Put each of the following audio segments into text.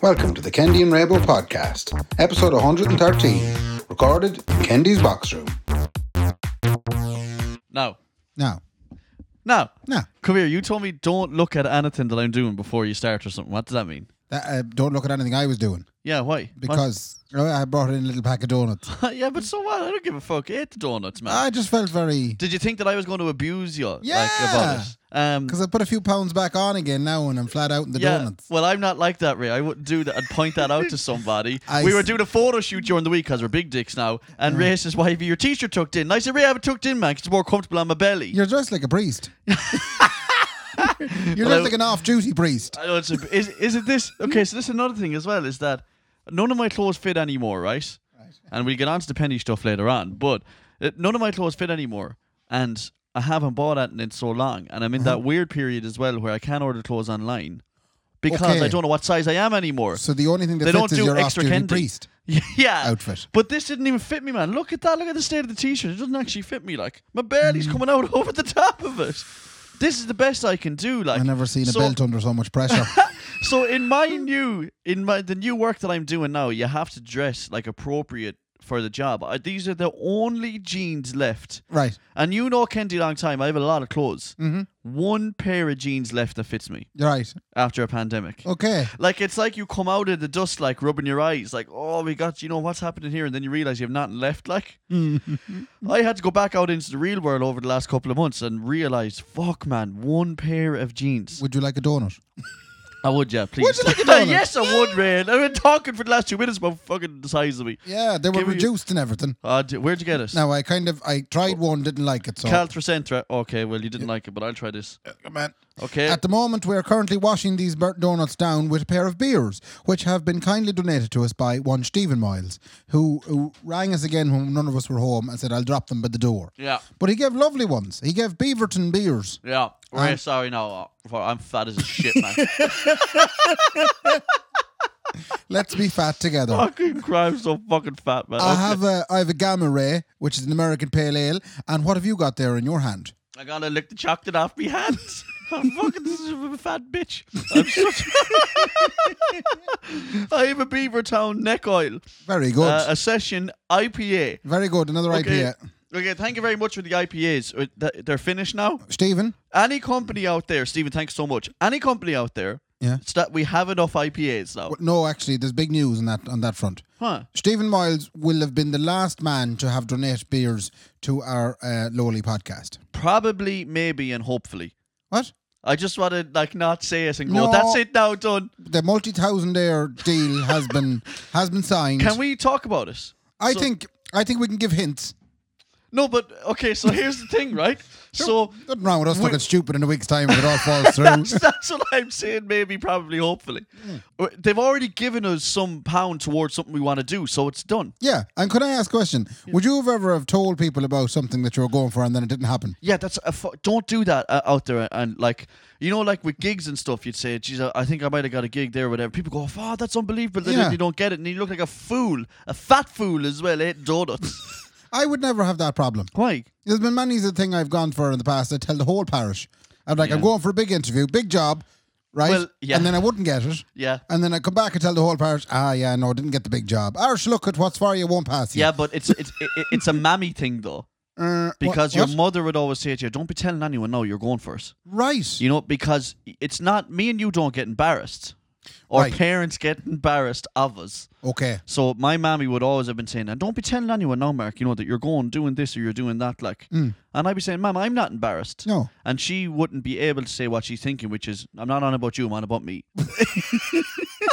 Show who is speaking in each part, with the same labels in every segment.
Speaker 1: Welcome to the Kendi and Rabo podcast, episode 113, recorded in Kendi's box room.
Speaker 2: No.
Speaker 3: No,
Speaker 2: No.
Speaker 3: no.
Speaker 2: Come here. You told me don't look at anything that I'm doing before you start or something. What does that mean?
Speaker 3: That, uh, don't look at anything I was doing
Speaker 2: Yeah, why? What?
Speaker 3: because you know, I brought in a little pack of donuts.
Speaker 2: yeah, but so what? I don't give a fuck. I ate the donuts, man.
Speaker 3: I just felt very
Speaker 2: Did you think that I was going to abuse you? Like, about
Speaker 3: Yeah.
Speaker 2: it? Um,
Speaker 3: because I put a few pounds back on again now, and I'm flat out in the
Speaker 2: yeah,
Speaker 3: donuts.
Speaker 2: well, I'm not like that, Ray. I wouldn't do that. I'd point that out to somebody.
Speaker 3: I
Speaker 2: we were
Speaker 3: s-
Speaker 2: doing a photo shoot during the week because we're big dicks now. And Ray says, Why have you your t shirt tucked in? And I said, Ray, I have it tucked in, man, 'cause it's more comfortable on my belly.
Speaker 3: You're dressed like a priest. You're
Speaker 2: Well, I-
Speaker 3: dressed like an off-duty priest.
Speaker 2: I know it's a, is is it this? Okay, so this is another thing as well is that none of my clothes fit anymore, right? And we get onto the penny stuff later on, but uh, none of my clothes fit anymore, and I haven't bought anything in so long, and I'm in
Speaker 3: Uh-huh.
Speaker 2: that weird period as well where I can't order clothes online because I
Speaker 3: Okay.
Speaker 2: don't know what size I am anymore.
Speaker 3: So the only thing that
Speaker 2: They don't
Speaker 3: fits is
Speaker 2: do
Speaker 3: your
Speaker 2: extra
Speaker 3: off-duty
Speaker 2: candy.
Speaker 3: priest.
Speaker 2: yeah,
Speaker 3: Outfit.
Speaker 2: But this didn't even fit me, man. Look at that. Look at the state of the t-shirt. It doesn't actually fit me. Like my
Speaker 3: Mm.
Speaker 2: belly's coming out over the top of it. This is the best I can do. Like
Speaker 3: I've never seen a
Speaker 2: so-
Speaker 3: belt under so much pressure.
Speaker 2: So in my new in my the new work that I'm doing now, you have to dress like appropriate for the job. Uh, These are the only jeans left.
Speaker 3: right.
Speaker 2: And you know Kendi long time, I have a lot of clothes. Mm-hmm. One pair of jeans left that fits me
Speaker 3: You're right.
Speaker 2: after a pandemic.
Speaker 3: Okay.
Speaker 2: Like it's like you come out of the dust like rubbing your eyes, like, oh we got you know what's happening here, and then you realise you have nothing left like. I had to go back out into the real world over the last couple of months and realise, fuck man, one pair of jeans.
Speaker 3: Would you like a donut?
Speaker 2: I would, yeah, please.
Speaker 3: Would you like a donut?
Speaker 2: yes, I would, man. I've been talking for the last two minutes about fucking the size of me.
Speaker 3: Yeah, they were
Speaker 2: Give me-
Speaker 3: reduced and everything.
Speaker 2: Uh, d- where'd you get it?
Speaker 3: Now I kind of I tried one, didn't like it. So
Speaker 2: Oh. Cal Tracentra. Okay, well, you didn't like it, but I'll try this.
Speaker 3: man.
Speaker 2: Okay.
Speaker 3: At the moment, we are currently washing these burnt donuts down with a pair of beers, which have been kindly donated to us by one Stephen Miles, who, who rang us again when none of us were home and said, I'll drop them by the door.
Speaker 2: yeah.
Speaker 3: But he gave lovely ones. He gave Beaverton beers.
Speaker 2: Yeah. We're
Speaker 3: Um,
Speaker 2: sorry now. uh, For I'm fat as a shit, man.
Speaker 3: Let's be fat together.
Speaker 2: fucking crime, so fucking fat, man.
Speaker 3: I
Speaker 2: Okay.
Speaker 3: have a I have a Gamma Ray, which is an American Pale Ale. And what have you got there in your hand?
Speaker 2: I gotta lick the chocolate off my hands. I'm fucking this is a fat bitch. I'm such. I have a Beaver Town neck oil,
Speaker 3: Very good.
Speaker 2: uh, a session IPA.
Speaker 3: Very good. Another
Speaker 2: Okay.
Speaker 3: IPA.
Speaker 2: Okay, thank you very much for the IPAs. Uh, th- They're finished now.
Speaker 3: Stephen,
Speaker 2: Any company out there, Stephen, thanks so much. Any company out there,
Speaker 3: Yeah.
Speaker 2: it's that we have enough IPAs now.
Speaker 3: Well, no, actually, there's big news on that on that front.
Speaker 2: Huh.
Speaker 3: Stephen Miles will have been the last man to have donated beers to our uh, lowly podcast.
Speaker 2: Probably, maybe, and hopefully.
Speaker 3: What?
Speaker 2: I just want to like not say it and go.
Speaker 3: No.
Speaker 2: That's it now, done.
Speaker 3: The multi-thousand-air deal has been has been signed.
Speaker 2: Can we talk about it?
Speaker 3: I
Speaker 2: so-
Speaker 3: think I think we can give hints.
Speaker 2: No, but okay. So here's the thing, right? So
Speaker 3: Nothing wrong with us
Speaker 2: We-
Speaker 3: looking stupid in a week's time if it all falls through.
Speaker 2: that's what I'm saying. Maybe, probably, hopefully.
Speaker 3: Hmm.
Speaker 2: Uh, They've already given us some pound towards something we want to do, so it's done.
Speaker 3: yeah, and could I ask a question? Would you have ever have told people about something that you were going for and then it didn't happen?
Speaker 2: Yeah, that's a fu- don't do that uh, out there. And like you know, like with gigs and stuff, you'd say, "Geez, I I think I might have got a gig there." Or whatever. People go, "Wow, that's unbelievable!" Then
Speaker 3: Yeah.
Speaker 2: you don't get it, and you look like a fool, a fat fool as well, eating donuts.
Speaker 3: I would never have that problem.
Speaker 2: Why?
Speaker 3: There's been many a thing I've gone for in the past. I tell the whole parish, I'm like, I'm going for a big interview, big job, right?
Speaker 2: Well, yeah.
Speaker 3: And then I wouldn't get it.
Speaker 2: Yeah,
Speaker 3: And then I come back and tell the whole parish, ah, yeah, no, didn't get the big job. Irish, look at what's for you won't pass you.
Speaker 2: yeah, but it's it's it, it- it's a mammy thing though,
Speaker 3: Uh, what-
Speaker 2: because your
Speaker 3: what?
Speaker 2: mother would always say to you, "Don't be telling anyone now you're going for it."
Speaker 3: right.
Speaker 2: You know, because it's not me and you don't get embarrassed, or
Speaker 3: Right.
Speaker 2: parents get embarrassed of us.
Speaker 3: Okay.
Speaker 2: So my mammy would always have been saying, "And don't be telling anyone now, Mark. You know that you're going doing this or you're doing that." Like, and I'd be saying, "Mom, I'm not embarrassed."
Speaker 3: No.
Speaker 2: And she wouldn't be able to say what she's thinking, which is, "I'm not on about you, I'm on about me."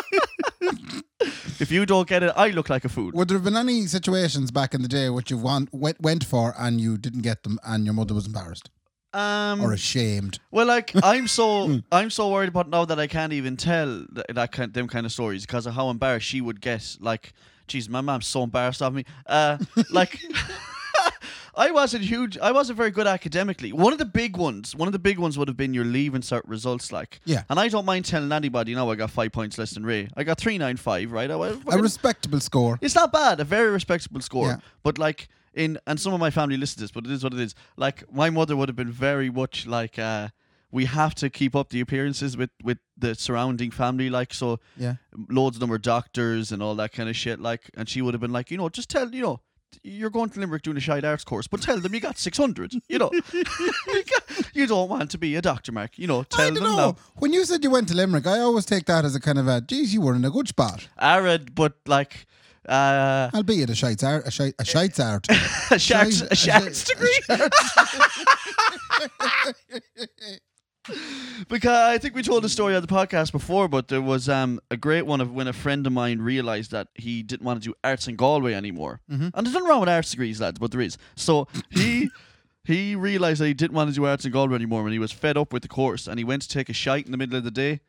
Speaker 2: if you don't get it, I look like a fool.
Speaker 3: Would there have been any situations back in the day which you want, went, went for and you didn't get them and your mother was embarrassed
Speaker 2: Um,
Speaker 3: or ashamed?
Speaker 2: well, like I'm so I'm so worried about now that I can't even tell th- that kind, them kind of stories because of how embarrassed she would get. Like, geez, my mom's so embarrassed of me. Uh, like. I wasn't huge. I wasn't very good academically. One of the big ones, one of the big ones would have been your leave insert results, like.
Speaker 3: Yeah.
Speaker 2: And I don't mind telling anybody. Now I got five points less than Ray. I got three nine five. Right. I, was
Speaker 3: A
Speaker 2: fucking-
Speaker 3: respectable score.
Speaker 2: it's not bad, a very respectable score.
Speaker 3: Yeah.
Speaker 2: But like in and some of my family listen to this, but it is what it is. Like my mother would have been very much like uh we have to keep up the appearances with with the surrounding family. Like so,
Speaker 3: Yeah.
Speaker 2: loads of them were doctors and all that kind of shit. Like, and she would have been like, you know, just tell you know. You're going to Limerick doing a shite arts course, but tell them you got 600. You know, You got- you don't want to be a doctor, Mark. You know, tell
Speaker 3: I don't
Speaker 2: them
Speaker 3: know.
Speaker 2: now.
Speaker 3: When you said you went to Limerick, I always take that as a kind of a, geez, you were in a good spot.
Speaker 2: Arid, but like, uh,
Speaker 3: Albeit a shite's art. A, shite, a shite's art.
Speaker 2: a shacks,
Speaker 3: Shite-
Speaker 2: a shacks
Speaker 3: shite-
Speaker 2: degree. because I think we told a story on the podcast before, but there was um, a great one of when a friend of mine realized that he didn't want to do arts in Galway anymore. And there's nothing wrong with arts degrees, lads, but there is. So he he realized that he didn't want to do arts in Galway anymore, and he was fed up with the course, and he went to take a shite in the middle of the day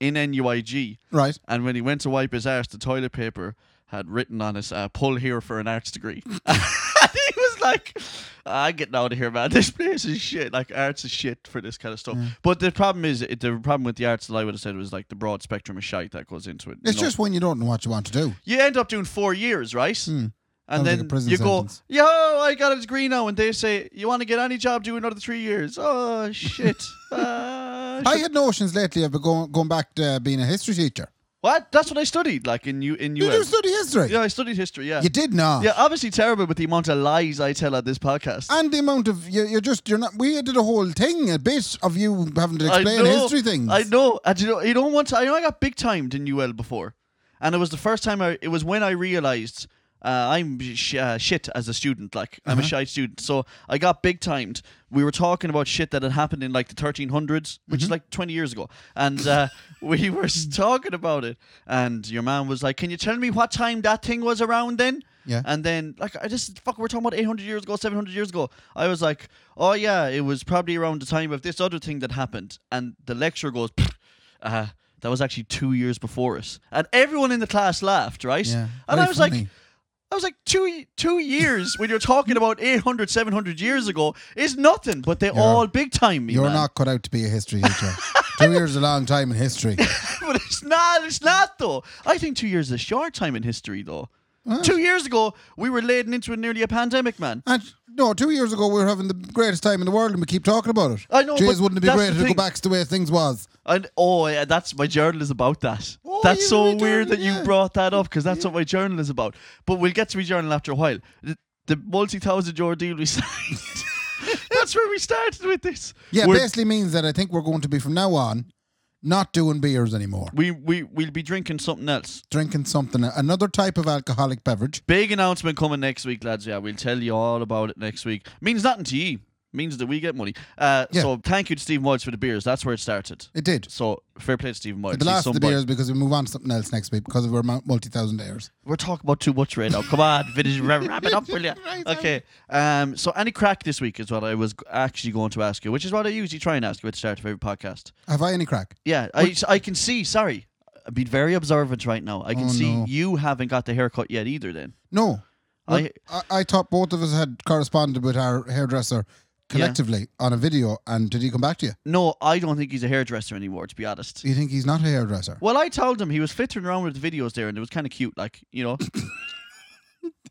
Speaker 2: in NUIG.
Speaker 3: Right.
Speaker 2: And when he went to wipe his arse, the toilet paper had written on it, uh, pull here for an arts degree. And he was like, I'm getting out of here, man. This place is shit. Like, arts is shit for this kind of stuff. But the problem is, it, the problem with the arts that I would have said was like the broad spectrum of shite that goes into it.
Speaker 3: It's
Speaker 2: No-
Speaker 3: just when you don't know what you want to do.
Speaker 2: You end up doing four years, right? And
Speaker 3: Sounds like
Speaker 2: then
Speaker 3: a prison
Speaker 2: you
Speaker 3: sentence.
Speaker 2: go, yo, I got a degree now. And they say, you want to get any job, do another three years. Oh, shit. uh,
Speaker 3: I had notions lately of going, going back to being a history teacher.
Speaker 2: what? That's what I studied, like in U in
Speaker 3: Did you
Speaker 2: UM.
Speaker 3: study history?
Speaker 2: Yeah, I studied history. Yeah.
Speaker 3: You did not.
Speaker 2: Yeah, obviously terrible with the amount of lies I tell on this podcast.
Speaker 3: And the amount of you, you're just you're not. We did a whole thing, a bit of you having to
Speaker 2: I
Speaker 3: explain
Speaker 2: know,
Speaker 3: history things.
Speaker 2: I know. And you know, you don't want to, I know I got big timed in UL before, and it was the first time I. It was when I realized. Uh, I'm sh- uh, shit as a student. Like I'm
Speaker 3: Uh-huh.
Speaker 2: a shy student, so I got big timed. We were talking about shit that had happened in like the 1300s, which
Speaker 3: Mm-hmm.
Speaker 2: is like 20 years ago, and uh, we were s- talking about it. And your man was like, "Can you tell me what time that thing was around then?"
Speaker 3: Yeah.
Speaker 2: And then, like, I just, fuck, we're talking about 800 years ago, 700 years ago. I was like, oh, yeah, it was probably around the time of this other thing that happened. And the lecturer goes, "Pfft, uh, that was actually two years before us. And everyone in the class laughed, right?
Speaker 3: Yeah,
Speaker 2: and
Speaker 3: very
Speaker 2: I was like,
Speaker 3: funny.
Speaker 2: I was like, two, y- two years when you're talking about 800, 700 years ago is nothing, but they all big time me.
Speaker 3: You're
Speaker 2: man.
Speaker 3: not cut out to be a history teacher. Two years is a long time in history.
Speaker 2: but it's not. It's not though. I think two years is a short time in history, though. Two years ago, we were laden into a nearly a pandemic, man.
Speaker 3: And no, two years ago we were having the greatest time in the world, and we keep talking about it.
Speaker 2: I know,
Speaker 3: Jeez,
Speaker 2: but
Speaker 3: wouldn't it be
Speaker 2: that's
Speaker 3: great
Speaker 2: the
Speaker 3: if it go
Speaker 2: thing.
Speaker 3: back to the way things was?
Speaker 2: And oh, yeah, that's my journal is about that.
Speaker 3: Oh,
Speaker 2: that's
Speaker 3: you
Speaker 2: so
Speaker 3: really
Speaker 2: weird
Speaker 3: journal,
Speaker 2: that
Speaker 3: yeah.
Speaker 2: you brought that up because that's what my journal is about. But we'll get to my journal after a while. The, the multi-thousand euro deal we signed. that's where we started with this.
Speaker 3: Yeah,
Speaker 2: We're-
Speaker 3: basically means that I think we're going to be from now on not doing beers anymore,
Speaker 2: we we we'll be drinking something else.
Speaker 3: drinking something, another type of alcoholic beverage.
Speaker 2: Big announcement coming next week, lads. Yeah, we'll tell you all about it next week. Means nothing to you. Means that we get money. Uh,
Speaker 3: Yeah.
Speaker 2: So thank you to Stephen Moyles for the beers. That's where it started.
Speaker 3: It did.
Speaker 2: So fair play to Stephen Moyles.
Speaker 3: The
Speaker 2: He's
Speaker 3: last of the
Speaker 2: somebody.
Speaker 3: beers because we move on to something else next week because of our multi thousand airs.
Speaker 2: We're talking about too much right now. Come on, finish, ra- wrap it up, will ya?
Speaker 3: Right,
Speaker 2: Okay. Um. So any crack this week is what I was g- actually going to ask you, which is what I usually try and ask you at the start of every podcast.
Speaker 3: Have I any crack?
Speaker 2: Yeah, I, I can see. Sorry, I've been very observant right now. I can
Speaker 3: Oh,
Speaker 2: see
Speaker 3: no.
Speaker 2: you haven't got the haircut yet either. Then
Speaker 3: No.
Speaker 2: I-
Speaker 3: I, I thought both of us had corresponded with our hairdresser collectively on a video, and did he come back to you?
Speaker 2: no, I don't think he's a hairdresser anymore. To be honest.
Speaker 3: Do you think he's not a hairdresser?
Speaker 2: Well, I told him he was fittering around with the videos there, and it was kind of cute, like you know,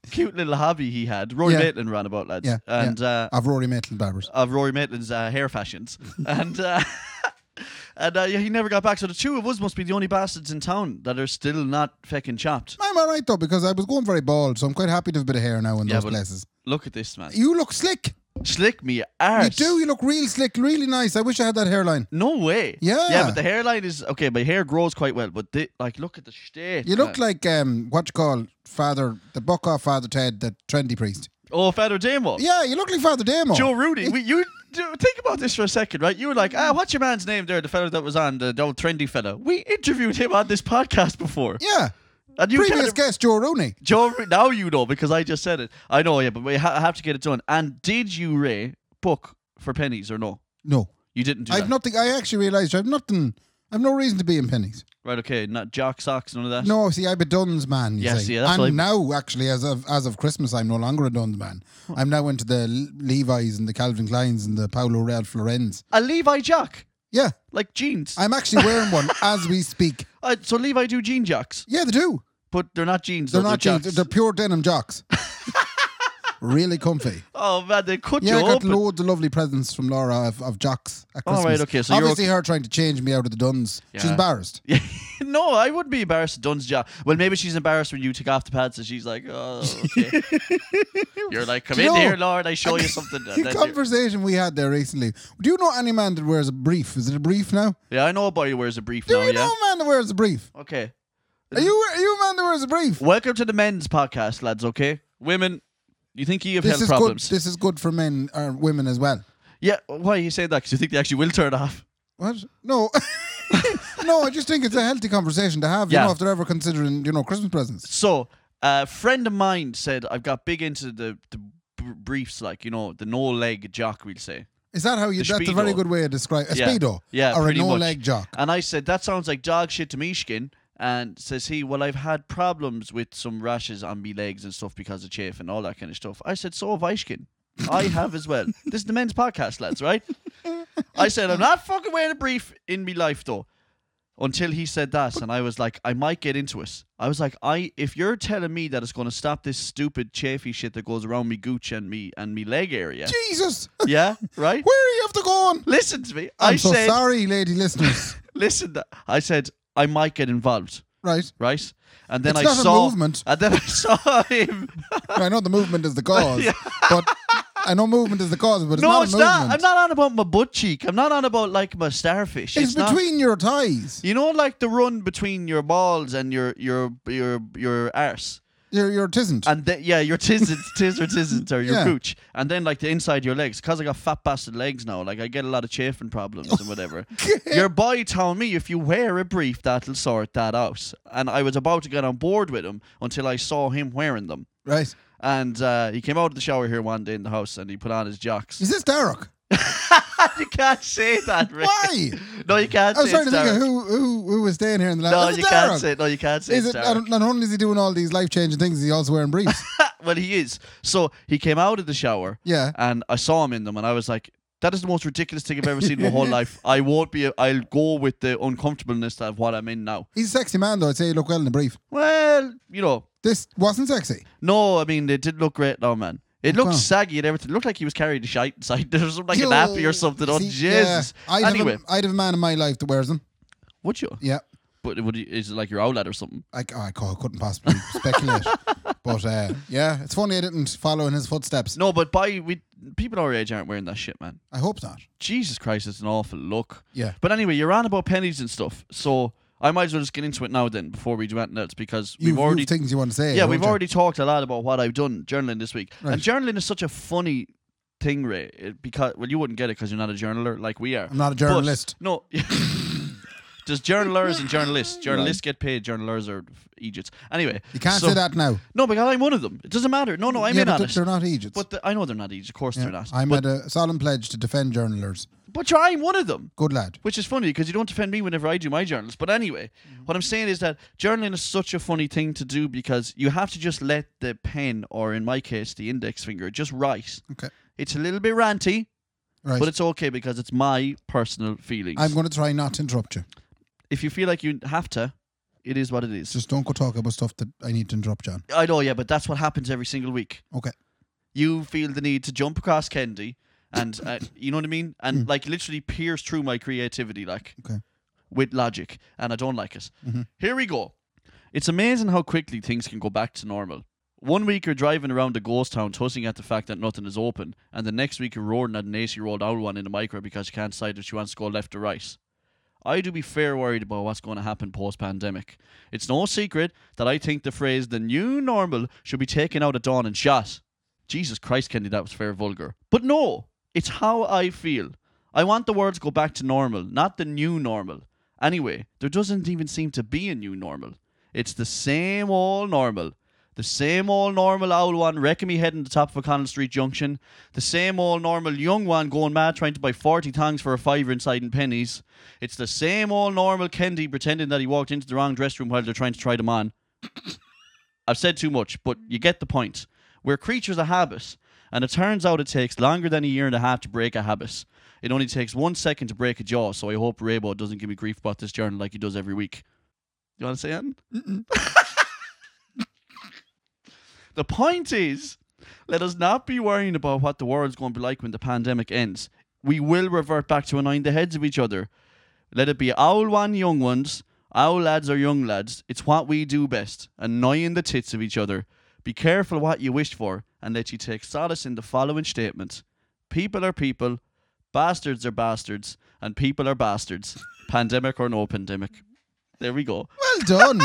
Speaker 2: cute little hobby he had. Rory
Speaker 3: Yeah.
Speaker 2: Maitland ran about lads,
Speaker 3: Yeah, yeah.
Speaker 2: and Uh,
Speaker 3: Of Rory Maitland Barbers.
Speaker 2: of Rory Maitland's uh, hair fashions, and uh, and uh, yeah, he never got back. So the two of us must be the only bastards in town that are still not fucking chopped.
Speaker 3: I'm all right though because I was going very bald, so I'm quite happy to have a bit of hair now in
Speaker 2: Yeah,
Speaker 3: those
Speaker 2: but-
Speaker 3: places.
Speaker 2: Look at this man,
Speaker 3: You look slick.
Speaker 2: slick me arse.
Speaker 3: You do. You look real slick, really nice. I wish I had that hairline.
Speaker 2: No way.
Speaker 3: Yeah.
Speaker 2: Yeah, but the hairline is okay. My hair grows quite well, but thi- like, look at the shit.
Speaker 3: You look like um, what you call Father, the buck off Father Ted, the trendy priest.
Speaker 2: oh, Father Damo.
Speaker 3: Yeah, you look like Father Damo.
Speaker 2: Joe Rudy, we, you do, think about this for a second, right? You were like, ah, what's your man's name there? The fellow that was on the, the old trendy fella. We interviewed him on this podcast before,
Speaker 3: Yeah.
Speaker 2: and you kind
Speaker 3: Previous
Speaker 2: of,
Speaker 3: guest Joe Rooney.
Speaker 2: Joe. Ru- Now you know because I just said it. I know, yeah, but we ha- have to get it done. And did you Ray book for pennies or no?
Speaker 3: No,
Speaker 2: You didn't do
Speaker 3: I've
Speaker 2: that,
Speaker 3: nothing. I actually realised I've nothing. I've no reason to be in pennies.
Speaker 2: right? Okay, not jock socks, none of that.
Speaker 3: No, see, I'm a Duns man. You
Speaker 2: Yeah,
Speaker 3: see.
Speaker 2: see, that's
Speaker 3: and
Speaker 2: what I-
Speaker 3: now, actually, as of as of Christmas, I'm no longer a Duns man. I'm now into the L- Levi's and the Calvin Kleins and the Paolo Real Florenz.
Speaker 2: A Levi jock,
Speaker 3: Yeah,
Speaker 2: like jeans.
Speaker 3: I'm actually wearing one as we speak.
Speaker 2: Uh, so Levi do jean jocks,
Speaker 3: Yeah, they do.
Speaker 2: but they're not jeans.
Speaker 3: They're
Speaker 2: though,
Speaker 3: not jeans.
Speaker 2: jocks.
Speaker 3: They're pure denim jocks. really comfy.
Speaker 2: Oh man, they cut
Speaker 3: Yeah,
Speaker 2: you
Speaker 3: I got
Speaker 2: open.
Speaker 3: loads of lovely presents from Laura of, of jocks at
Speaker 2: All
Speaker 3: Christmas.
Speaker 2: right, okay, so you're
Speaker 3: obviously her trying to change me out of the duns. She's
Speaker 2: Yeah.
Speaker 3: embarrassed.
Speaker 2: no, I wouldn't be embarrassed at Dunn's job. Well, maybe she's embarrassed when you take off the pads and she's like, oh, okay. You're like, come
Speaker 3: Do you
Speaker 2: in
Speaker 3: know-
Speaker 2: here, Lord, I show you something. And
Speaker 3: The
Speaker 2: then you-
Speaker 3: conversation we had there recently. Do you know any man that wears a brief? Is it a brief now?
Speaker 2: Yeah, I know a boy who wears a brief
Speaker 3: Do
Speaker 2: now,
Speaker 3: you
Speaker 2: yeah?
Speaker 3: know a man that wears a brief?
Speaker 2: Okay.
Speaker 3: Are you are you a man that wears a brief?
Speaker 2: Welcome to the men's podcast, lads, okay? Women, you think you have
Speaker 3: This
Speaker 2: health
Speaker 3: is
Speaker 2: problems.
Speaker 3: good. This is good for men or women as well.
Speaker 2: yeah, why are you saying that? Because you think they actually will turn off.
Speaker 3: What? No. no, I just think it's a healthy conversation to have, you
Speaker 2: Yeah.
Speaker 3: know, if they're ever considering, you know, Christmas presents.
Speaker 2: So, a friend of mine said, I've got big into the, the br- briefs, like, you know, the no leg jock, we'll say.
Speaker 3: Is that how you,
Speaker 2: The
Speaker 3: that's a very
Speaker 2: Speedo.
Speaker 3: good way of describing, a
Speaker 2: Yeah.
Speaker 3: speedo
Speaker 2: Yeah,
Speaker 3: or a
Speaker 2: pretty much.
Speaker 3: no-leg jock.
Speaker 2: And I said, That sounds like dog shit to me, Skin. And says he, Well, I've had problems with some rashes on me legs and stuff because of chafe and all that kind of stuff. I said, So have I, Skin. I have as well. This is the men's podcast, lads, right? I said, I'm not fucking wearing a brief in me life, though. Until he said that, and I was like, I might get into it. I was like, I if you're telling me that it's going to stop this stupid chafy shit that goes around me gooch and me and me leg area,
Speaker 3: Jesus,
Speaker 2: yeah, right?
Speaker 3: where are you after going?
Speaker 2: Listen to me.
Speaker 3: I'm
Speaker 2: I
Speaker 3: so
Speaker 2: said,
Speaker 3: sorry, lady listeners.
Speaker 2: listen. I said I might get involved,
Speaker 3: right.
Speaker 2: right? And then
Speaker 3: It's
Speaker 2: I
Speaker 3: not a
Speaker 2: saw
Speaker 3: movement.
Speaker 2: And then I saw him.
Speaker 3: I know the movement is the cause, but I know movement is the cause, but it's
Speaker 2: no,
Speaker 3: not
Speaker 2: it's
Speaker 3: a
Speaker 2: not.
Speaker 3: movement.
Speaker 2: I'm not on about my butt cheek. I'm not on about like my starfish.
Speaker 3: It's,
Speaker 2: It's, not-
Speaker 3: between your thighs.
Speaker 2: You know, like the run between your balls and your your your your arse,
Speaker 3: Your your tisn't.
Speaker 2: and the, yeah, your tizzit, tizzer, tizzit, or your
Speaker 3: Yeah.
Speaker 2: gooch, and then like the inside of your legs. Cause I got fat bastard legs now. Like I get a lot of chafing problems and whatever. Your boy told me if you wear a brief, that'll sort that out. And I was about to get on board with him until I saw him wearing them.
Speaker 3: right.
Speaker 2: And uh, he came out of the shower here one day in the house, and he put on his jocks.
Speaker 3: Is this Derek?
Speaker 2: you can't say that, Rick.
Speaker 3: Why?
Speaker 2: No, you can't.
Speaker 3: I was
Speaker 2: say
Speaker 3: trying
Speaker 2: it's
Speaker 3: to think of
Speaker 2: Derek.
Speaker 3: who, who who was staying here in the last.
Speaker 2: No,
Speaker 3: Is it
Speaker 2: you can't
Speaker 3: Derek?
Speaker 2: say. No, you can't say.
Speaker 3: Is
Speaker 2: it's
Speaker 3: it,
Speaker 2: Derek.
Speaker 3: not not only is he doing all these life changing things, is he also wearing briefs.
Speaker 2: well, he is. So he came out of the shower,
Speaker 3: yeah.
Speaker 2: and I saw him in them, and I was like, "That is the most ridiculous thing I've ever seen in my whole life. I won't be. I'll go with the uncomfortableness of what I'm in now."
Speaker 3: He's a sexy man, though. I'd say he looked well in the brief.
Speaker 2: Well, you know,
Speaker 3: This wasn't sexy.
Speaker 2: no, I mean, it did look great, though, man. It looked
Speaker 3: Okay.
Speaker 2: saggy and everything. It looked like he was carrying a shite inside. There was something like an
Speaker 3: Yo,
Speaker 2: appy or something. oh,
Speaker 3: see,
Speaker 2: Jesus.
Speaker 3: yeah. I'd,
Speaker 2: anyway,
Speaker 3: have a, I'd have a man in my life that wears them.
Speaker 2: would you?
Speaker 3: Yeah.
Speaker 2: But would you, is it like your outlet or something?
Speaker 3: I, oh, I cou- couldn't possibly speculate. But uh, yeah, it's funny I didn't follow in his footsteps.
Speaker 2: No, but by we people our age aren't wearing that shit, man.
Speaker 3: I hope not.
Speaker 2: Jesus Christ, it's an awful look.
Speaker 3: Yeah.
Speaker 2: But anyway, you're on about pennies and stuff, so I might as well just get into it now then before we do anything else because
Speaker 3: You've,
Speaker 2: we've already
Speaker 3: you've things you want to say.
Speaker 2: yeah
Speaker 3: don't
Speaker 2: we've
Speaker 3: you?
Speaker 2: already talked a lot about what I've done journaling this week,
Speaker 3: Right.
Speaker 2: and journaling is such a funny thing, Ray. It, because well, you wouldn't get it because you're not a journaler like we are.
Speaker 3: I'm not a journalist.
Speaker 2: But, no. Does journalers and journalists journalists get paid? Journalers are idiots. Anyway,
Speaker 3: You can't
Speaker 2: so-
Speaker 3: say that now.
Speaker 2: No, because I'm one of them. It doesn't matter. No, no, I'm
Speaker 3: yeah,
Speaker 2: in
Speaker 3: but
Speaker 2: on
Speaker 3: th-
Speaker 2: it.
Speaker 3: they're not Egypts.
Speaker 2: But the, I know they're not idiots. Of course they're not.
Speaker 3: I
Speaker 2: but,
Speaker 3: made a solemn pledge to defend journalers.
Speaker 2: but you're, I'm one of them,
Speaker 3: Good lad.
Speaker 2: which is funny because you don't defend me whenever I do my journals. But anyway,
Speaker 3: Mm.
Speaker 2: what I'm saying is that journaling is such a funny thing to do because you have to just let the pen, or in my case, the index finger, just write.
Speaker 3: Okay.
Speaker 2: It's a little bit ranty,
Speaker 3: Right.
Speaker 2: but it's okay because it's my personal feelings.
Speaker 3: I'm going to try not to interrupt you.
Speaker 2: if you feel like you have to, it is what it is.
Speaker 3: Just don't go talk about stuff that I need to interrupt, John.
Speaker 2: I know, yeah, but that's what happens every single week.
Speaker 3: Okay.
Speaker 2: you feel the need to jump across Kendi and uh, you know what I mean, and like literally pierce through my creativity, like
Speaker 3: Mm. Okay. Mm-hmm.
Speaker 2: with logic, and I don't like it. Here we go. It's amazing how quickly things can go back to normal. One week you're driving around a ghost town tossing at the fact that nothing is open, and the next week you're roaring at an 80 year old owl one in the micro because you can't decide if she wants to go left or right. I do be fair worried about what's going to happen post pandemic. It's no secret that I think the phrase the new normal should be taken out at dawn and shot. Jesus Christ, Kenny, that was fair vulgar. But no, it's how I feel. I want the world to go back to normal, not the new normal. Anyway, there doesn't even seem to be a new normal. It's the same old normal. The same old normal owl one wrecking me head in the top of O'Connell Street Junction. The same old normal young one going mad trying to buy 40 tongs for a fiver inside in pennies. It's the same old normal Kendi pretending that he walked into the wrong dress room while they're trying to try them on. I've said too much, but you get the point. We're creatures of habit, and it turns out it takes longer than a year and a half to break a habit. It only takes one second to break a jaw, so I hope Raybo doesn't give me grief about this journal like he does every week. You want to say anything? the point is, Let us not be worrying about what the world's going to be like when the pandemic ends. We will revert back to annoying the heads of each other. Let it be owl one young ones, owl lads or young lads. It's what we do best, annoying the tits of each other. Be careful what you wish for, and let you take solace in the following statement. People are people, bastards are bastards, and people are bastards, pandemic or no pandemic. There we go.
Speaker 3: Well done.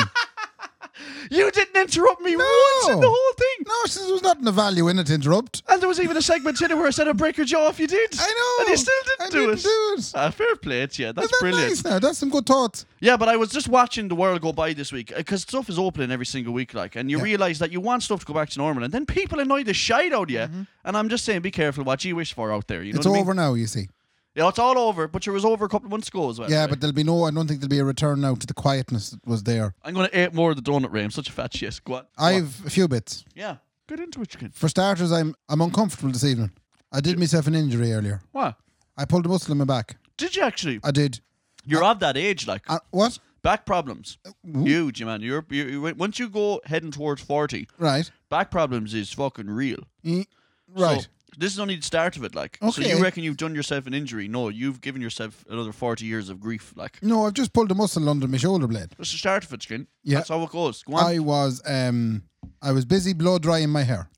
Speaker 2: You didn't interrupt me once in the
Speaker 3: No.
Speaker 2: whole thing.
Speaker 3: no, since there was not a value in it to interrupt.
Speaker 2: And there was even a segment in it where I said I'd break your jaw if you did.
Speaker 3: I know.
Speaker 2: And you still didn't
Speaker 3: I
Speaker 2: do
Speaker 3: didn't
Speaker 2: it.
Speaker 3: do it.
Speaker 2: Ah, fair play to you. That's
Speaker 3: Isn't that
Speaker 2: brilliant.
Speaker 3: nice now? That's some good thoughts.
Speaker 2: Yeah, but I was just watching the world go by this week because stuff is opening every single week, like, and you realize that you want stuff to go back to normal, and then people annoy the shite out of you. And I'm just saying, be careful what you wish for out there. You know
Speaker 3: Mm-hmm. It's
Speaker 2: what I
Speaker 3: over
Speaker 2: mean?
Speaker 3: now, you see.
Speaker 2: Yeah, it's all over. But it was over a couple of months ago as well.
Speaker 3: Yeah,
Speaker 2: like.
Speaker 3: but there'll be no. I don't think there'll be a return now to the quietness that was there.
Speaker 2: I'm gonna eat more of the donut ray. I'm such a fat shit. Go on. Go on.
Speaker 3: I've a few bits.
Speaker 2: yeah. Get into it, chicken.
Speaker 3: For starters, I'm I'm uncomfortable this evening. I did myself an injury earlier.
Speaker 2: What?
Speaker 3: I pulled a muscle in my back.
Speaker 2: Did you actually?
Speaker 3: I Uh, did.
Speaker 2: You're of that age, like
Speaker 3: Uh, what?
Speaker 2: back problems. Huge, man. You're, you you- once you go heading towards forty,
Speaker 3: Right.
Speaker 2: back problems is fucking real.
Speaker 3: Mm,
Speaker 2: So,
Speaker 3: Right.
Speaker 2: this is only the start of it, like. So
Speaker 3: Okay.
Speaker 2: you reckon you've done yourself an injury? No, you've given yourself another forty years of grief, like.
Speaker 3: no, I've just pulled a muscle under my shoulder blade.
Speaker 2: That's the start of it, skin.
Speaker 3: Yeah.
Speaker 2: That's how it goes. Go on.
Speaker 3: I was um I was busy blow drying my hair.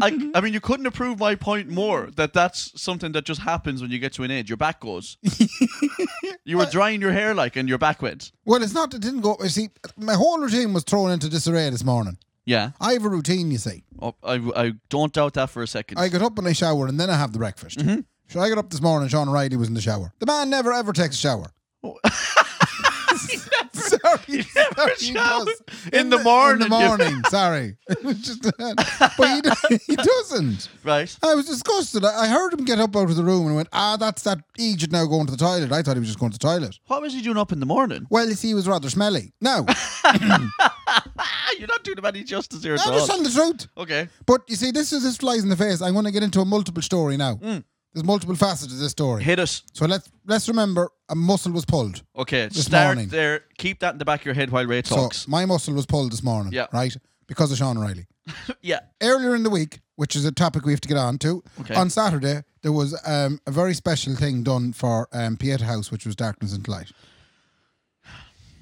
Speaker 2: I, I mean, you couldn't approve my point more that that's something that just happens when you get to an age. Your back goes. you were drying your hair like, and your back went.
Speaker 3: Well, it's not. It didn't go. You see, my whole routine was thrown into disarray this morning.
Speaker 2: Yeah.
Speaker 3: I have a routine, you see.
Speaker 2: Oh, I, I don't doubt that for a second.
Speaker 3: I get up and I shower, and then I have the breakfast.
Speaker 2: Mm-hmm.
Speaker 3: So I got up this morning. Sean O'Reilly was in the shower. The man never ever takes a shower. sorry, sorry, he
Speaker 2: showers.
Speaker 3: does.
Speaker 2: In the morning,
Speaker 3: In
Speaker 2: you-
Speaker 3: the morning. sorry, It was just that. but he, do- he doesn't.
Speaker 2: right.
Speaker 3: I was disgusted. I I heard him get up out of the room and went, "Ah, that's that Egypt now going to the toilet." I thought he was just going to the toilet.
Speaker 2: What was he doing up in the morning?
Speaker 3: Well, you see, he was rather smelly. No,
Speaker 2: Ah, you're not doing him any justice here at
Speaker 3: I'm
Speaker 2: all.
Speaker 3: just telling the truth.
Speaker 2: Okay.
Speaker 3: But you see, this is this flies in the face. I'm going to get into a multiple story now.
Speaker 2: Mm.
Speaker 3: There's multiple facets to this story.
Speaker 2: Hit us.
Speaker 3: So let's let's remember a muscle was pulled.
Speaker 2: Okay.
Speaker 3: This
Speaker 2: start
Speaker 3: morning.
Speaker 2: there. Keep that in the back of your head while Ray talks.
Speaker 3: So my muscle was pulled this morning,
Speaker 2: Yeah.
Speaker 3: right? Because of Sean O'Reilly.
Speaker 2: yeah.
Speaker 3: Earlier in the week, which is a topic we have to get on to,
Speaker 2: Okay.
Speaker 3: on Saturday there was um, a very special thing done for um, Pieta House, which was Darkness and Light.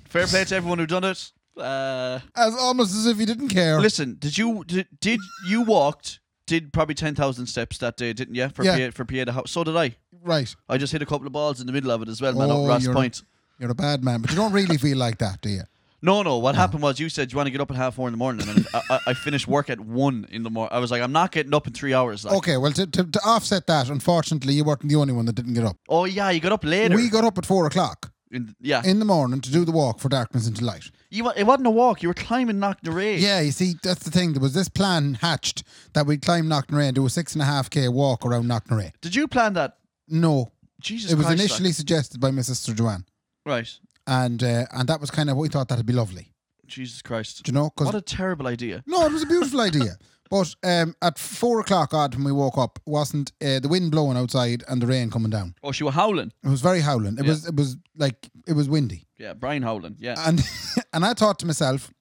Speaker 2: Fair play to everyone who done it. Uh,
Speaker 3: As almost as if he didn't care.
Speaker 2: listen, did you did, did you walked? Did probably ten thousand steps that day, didn't you? For PA,
Speaker 3: Yeah.
Speaker 2: for PA to house. So did I.
Speaker 3: Right,
Speaker 2: I just hit a couple of balls in the middle of it as well, man.
Speaker 3: Oh,
Speaker 2: up Ross
Speaker 3: you're-
Speaker 2: Point.
Speaker 3: you're a bad man, but you don't really feel like that, do you?
Speaker 2: No, no.
Speaker 3: Ah.
Speaker 2: What happened was you said you want to get up at half four in the morning, and then I, I, I finished work at one in the morning. I was like, I'm not getting up in three hours. Like,
Speaker 3: Okay, well to, to, to offset that, unfortunately, you weren't the only one that didn't get up.
Speaker 2: oh yeah, you got up later.
Speaker 3: We got up at four o'clock
Speaker 2: In- yeah,
Speaker 3: in the morning to do the walk for Darkness into Light.
Speaker 2: you wa- it wasn't a walk. You were climbing Knocknarea.
Speaker 3: Yeah, you see, that's the thing. There was this plan hatched that we'd climb Knocknarea and do a six and a half k walk around Knocknarea.
Speaker 2: Did you plan that?
Speaker 3: No,
Speaker 2: Jesus
Speaker 3: it was
Speaker 2: Christ, like-
Speaker 3: initially suggested by my sister Joanne,
Speaker 2: right.
Speaker 3: and uh, and that was kind of what we thought that'd be lovely.
Speaker 2: Jesus Christ.
Speaker 3: Do you know?
Speaker 2: What
Speaker 3: Because
Speaker 2: a terrible idea.
Speaker 3: no, it was a beautiful idea. But um, at four o'clock odd when we woke up, wasn't uh, the wind blowing outside and the rain coming down?
Speaker 2: Oh, she was howling.
Speaker 3: It was very howling. It was it was like it was windy.
Speaker 2: Yeah, Brian howling. Yeah.
Speaker 3: and and I thought to myself,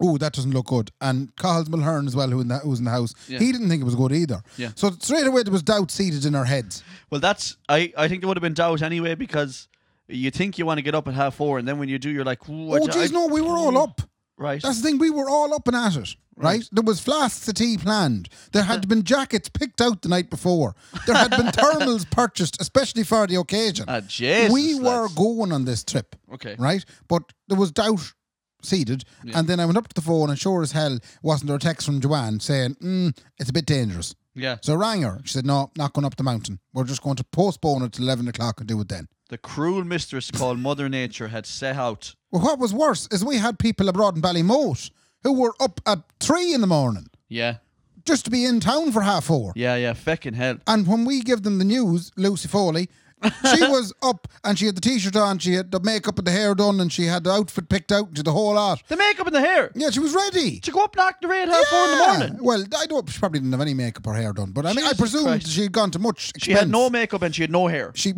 Speaker 3: "Oh, that doesn't look good." And Carl Mulhern as well, who, in the, who was in the house,
Speaker 2: Yeah.
Speaker 3: he didn't think it was good either.
Speaker 2: Yeah.
Speaker 3: So straight away there was doubt seated in our heads.
Speaker 2: Well, that's I. I think there would have been doubt anyway because you think you want to get up at half four, and then when you do, you're like, Ooh, I
Speaker 3: oh,
Speaker 2: ju-
Speaker 3: geez,
Speaker 2: I-
Speaker 3: no, we were all up.
Speaker 2: Right.
Speaker 3: That's the thing, we were all up and at it. Right, there was flasks of tea planned. There had been jackets picked out the night before. There had been thermals purchased, especially for the occasion.
Speaker 2: Ah, Jesus,
Speaker 3: we were
Speaker 2: lads.
Speaker 3: going on this trip.
Speaker 2: Okay.
Speaker 3: Right? But there was doubt seeded. And then I went up to the phone and sure as hell wasn't there a text from Joanne saying, mm, it's a bit dangerous.
Speaker 2: Yeah.
Speaker 3: So I rang her. She said, no, not going up the mountain. We're just going to postpone it to 11 o'clock and do it then.
Speaker 2: The cruel mistress called Mother Nature had set out.
Speaker 3: Well, what was worse is we had people abroad in Ballymote who were up at 3 in the morning
Speaker 2: Yeah.
Speaker 3: just to be in town for half 4.
Speaker 2: Yeah. Yeah. Feckin' hell.
Speaker 3: And when we give them the news, Lucy Foley, she was up and she had the t-shirt on, she had the makeup and the hair done and she had the outfit picked out, did the whole lot.
Speaker 2: The makeup and the hair.
Speaker 3: Yeah, she was ready.
Speaker 2: To go up knock the raid half four in the
Speaker 3: Yeah.
Speaker 2: morning.
Speaker 3: Well, I don't. She probably didn't have any makeup or hair done, but I mean,
Speaker 2: Jesus
Speaker 3: I presume
Speaker 2: Christ.
Speaker 3: she had gone to much expense.
Speaker 2: She had no makeup and she had no hair.
Speaker 3: She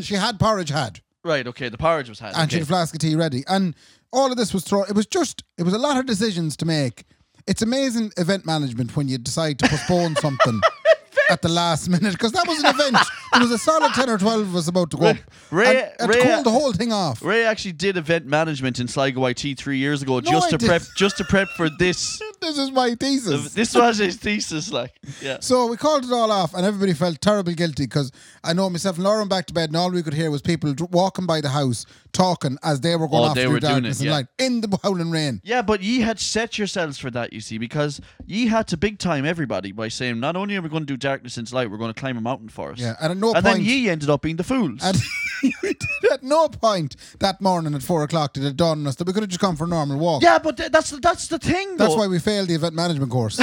Speaker 3: she had porridge had,
Speaker 2: Right. Okay. The porridge was had.
Speaker 3: and she
Speaker 2: Okay.
Speaker 3: had a flask of tea ready, and all of this was thrown. It was just. It was a lot of decisions to make It's amazing event management when you decide to postpone something at the last minute because that was an event. There was a solid ten or twelve was about to go. up.
Speaker 2: Ray-
Speaker 3: and, and
Speaker 2: Ray-
Speaker 3: called the whole thing off.
Speaker 2: Ray actually did event management in Sligo IT three years ago just
Speaker 3: I
Speaker 2: to
Speaker 3: didn't.
Speaker 2: prep just to prep for this.
Speaker 3: This is my thesis.
Speaker 2: this was his thesis, like yeah.
Speaker 3: So we called it all off, and everybody felt terribly guilty because I know myself and Lauren back to bed, and all we could hear was people dr- walking by the house talking as they were going
Speaker 2: Oh,
Speaker 3: off
Speaker 2: they
Speaker 3: through
Speaker 2: were doing
Speaker 3: darkness
Speaker 2: it,
Speaker 3: and
Speaker 2: yeah.
Speaker 3: light in the howling rain.
Speaker 2: Yeah, but ye had set yourselves for that, you see, because ye had to big time everybody by saying, not only are we going to do darkness into light, we're going to climb a mountain for us.
Speaker 3: Yeah, and at no
Speaker 2: and then
Speaker 3: point-
Speaker 2: ye ended up being the fools.
Speaker 3: And we did at no point that morning at four o'clock did it dawn on us that we could have just gone for a normal walk.
Speaker 2: yeah, but th- that's the- that's the thing.
Speaker 3: That's
Speaker 2: though.
Speaker 3: why we failed the event management course.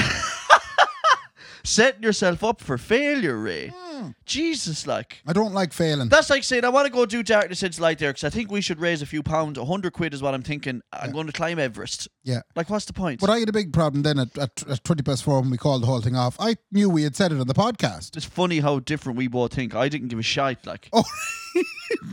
Speaker 2: setting yourself up for failure, Ray.
Speaker 3: Hmm.
Speaker 2: Jesus, like.
Speaker 3: I don't like failing.
Speaker 2: That's like saying I want to go do darkness into light there because I think we should raise a few pounds. A hundred quid is what I'm thinking. I'm going to climb Everest.
Speaker 3: yeah.
Speaker 2: Like, what's the point?
Speaker 3: But I had a big problem then at, at, at 20 past four when we called the whole thing off. I knew we had said it on the podcast.
Speaker 2: it's funny how different we both think. I didn't give a shite. Like,
Speaker 3: Oh,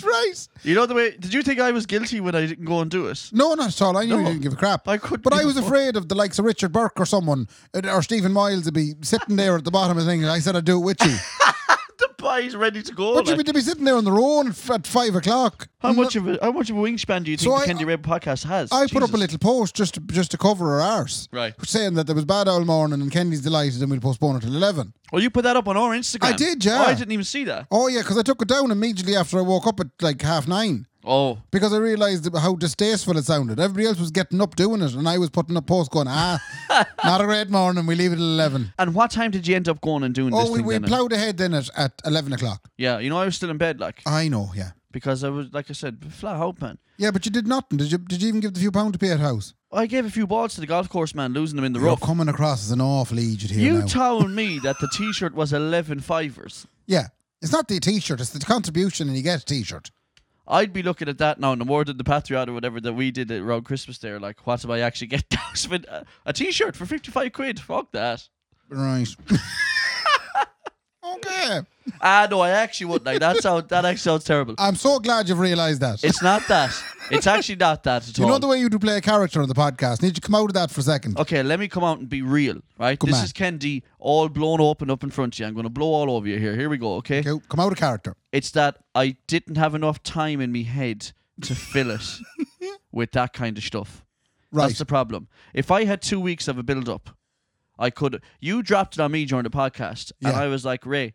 Speaker 3: right.
Speaker 2: you know the way. Did you think I was guilty when I didn't go and do it?
Speaker 3: No, not at all. I knew
Speaker 2: No.
Speaker 3: you didn't give a crap.
Speaker 2: I couldn't
Speaker 3: but I
Speaker 2: give a
Speaker 3: was
Speaker 2: fuck.
Speaker 3: afraid of the likes of Richard Burke or someone, uh, or Stephen Miles would be sitting there at the bottom of the thing. and I said I'd do it with you.
Speaker 2: The pie's ready to go.
Speaker 3: But
Speaker 2: like.
Speaker 3: you'd be, to be sitting there on their own at, at five o'clock.
Speaker 2: How much of a how much of a wingspan do you think
Speaker 3: So
Speaker 2: the
Speaker 3: I-
Speaker 2: Candy Red podcast has?
Speaker 3: I put up a
Speaker 2: Jesus.
Speaker 3: little post just to, just to cover her arse.
Speaker 2: Right.
Speaker 3: Saying that there was bad all morning and Kenny's delighted and we'll postpone it till 11.
Speaker 2: Well, you put that up on our Instagram.
Speaker 3: I did, yeah.
Speaker 2: Oh, I didn't even see that.
Speaker 3: Oh, yeah, because I took it down immediately after I woke up at like half nine
Speaker 2: Oh,
Speaker 3: because I realised how distasteful it sounded. Everybody else was getting up doing it and I was putting up posts going, ah, not a great morning, we leave it at 11.
Speaker 2: and what time did you end up going and doing this
Speaker 3: Oh, we,
Speaker 2: thing?
Speaker 3: we
Speaker 2: then?
Speaker 3: ploughed ahead then at, at 11 o'clock.
Speaker 2: yeah, you know, I was still in bed, like
Speaker 3: I know, yeah.
Speaker 2: because I was, like I said, flat out, man.
Speaker 3: Yeah, but you did nothing. Did you Did you even give the few pound to pay at house?
Speaker 2: I gave a few balls to the golf course man, losing them in the
Speaker 3: You're
Speaker 2: rough.
Speaker 3: coming across as an awful idiot here
Speaker 2: You
Speaker 3: now.
Speaker 2: telling me that the T-shirt was eleven fivers?
Speaker 3: yeah. It's not the t-shirt, it's the contribution and you get a t-shirt.
Speaker 2: I'd be looking at that now, and more than the Patriot or whatever that we did around Christmas there. Like, what am I actually get? a, a T-shirt for fifty-five quid? Fuck that.
Speaker 3: Right. okay.
Speaker 2: Ah, no, I actually wouldn't. Like that sound. That actually sounds terrible.
Speaker 3: I'm so glad you've realised that.
Speaker 2: It's not that. It's actually not that at
Speaker 3: you
Speaker 2: all.
Speaker 3: know the way you do play a character on the podcast? Need you to come out of that for a second.
Speaker 2: okay, let me come out and be real, right? this
Speaker 3: on.
Speaker 2: is Kendi all blown open up in front of you. I'm going to blow all over you here. Here we go, okay?
Speaker 3: Okay, Come out of character.
Speaker 2: It's that I didn't have enough time in me head to fill it with that kind of stuff.
Speaker 3: Right.
Speaker 2: That's the problem. If I had two weeks of a build up, I could. You dropped it on me during the podcast, and
Speaker 3: Yeah.
Speaker 2: I was like, Ray,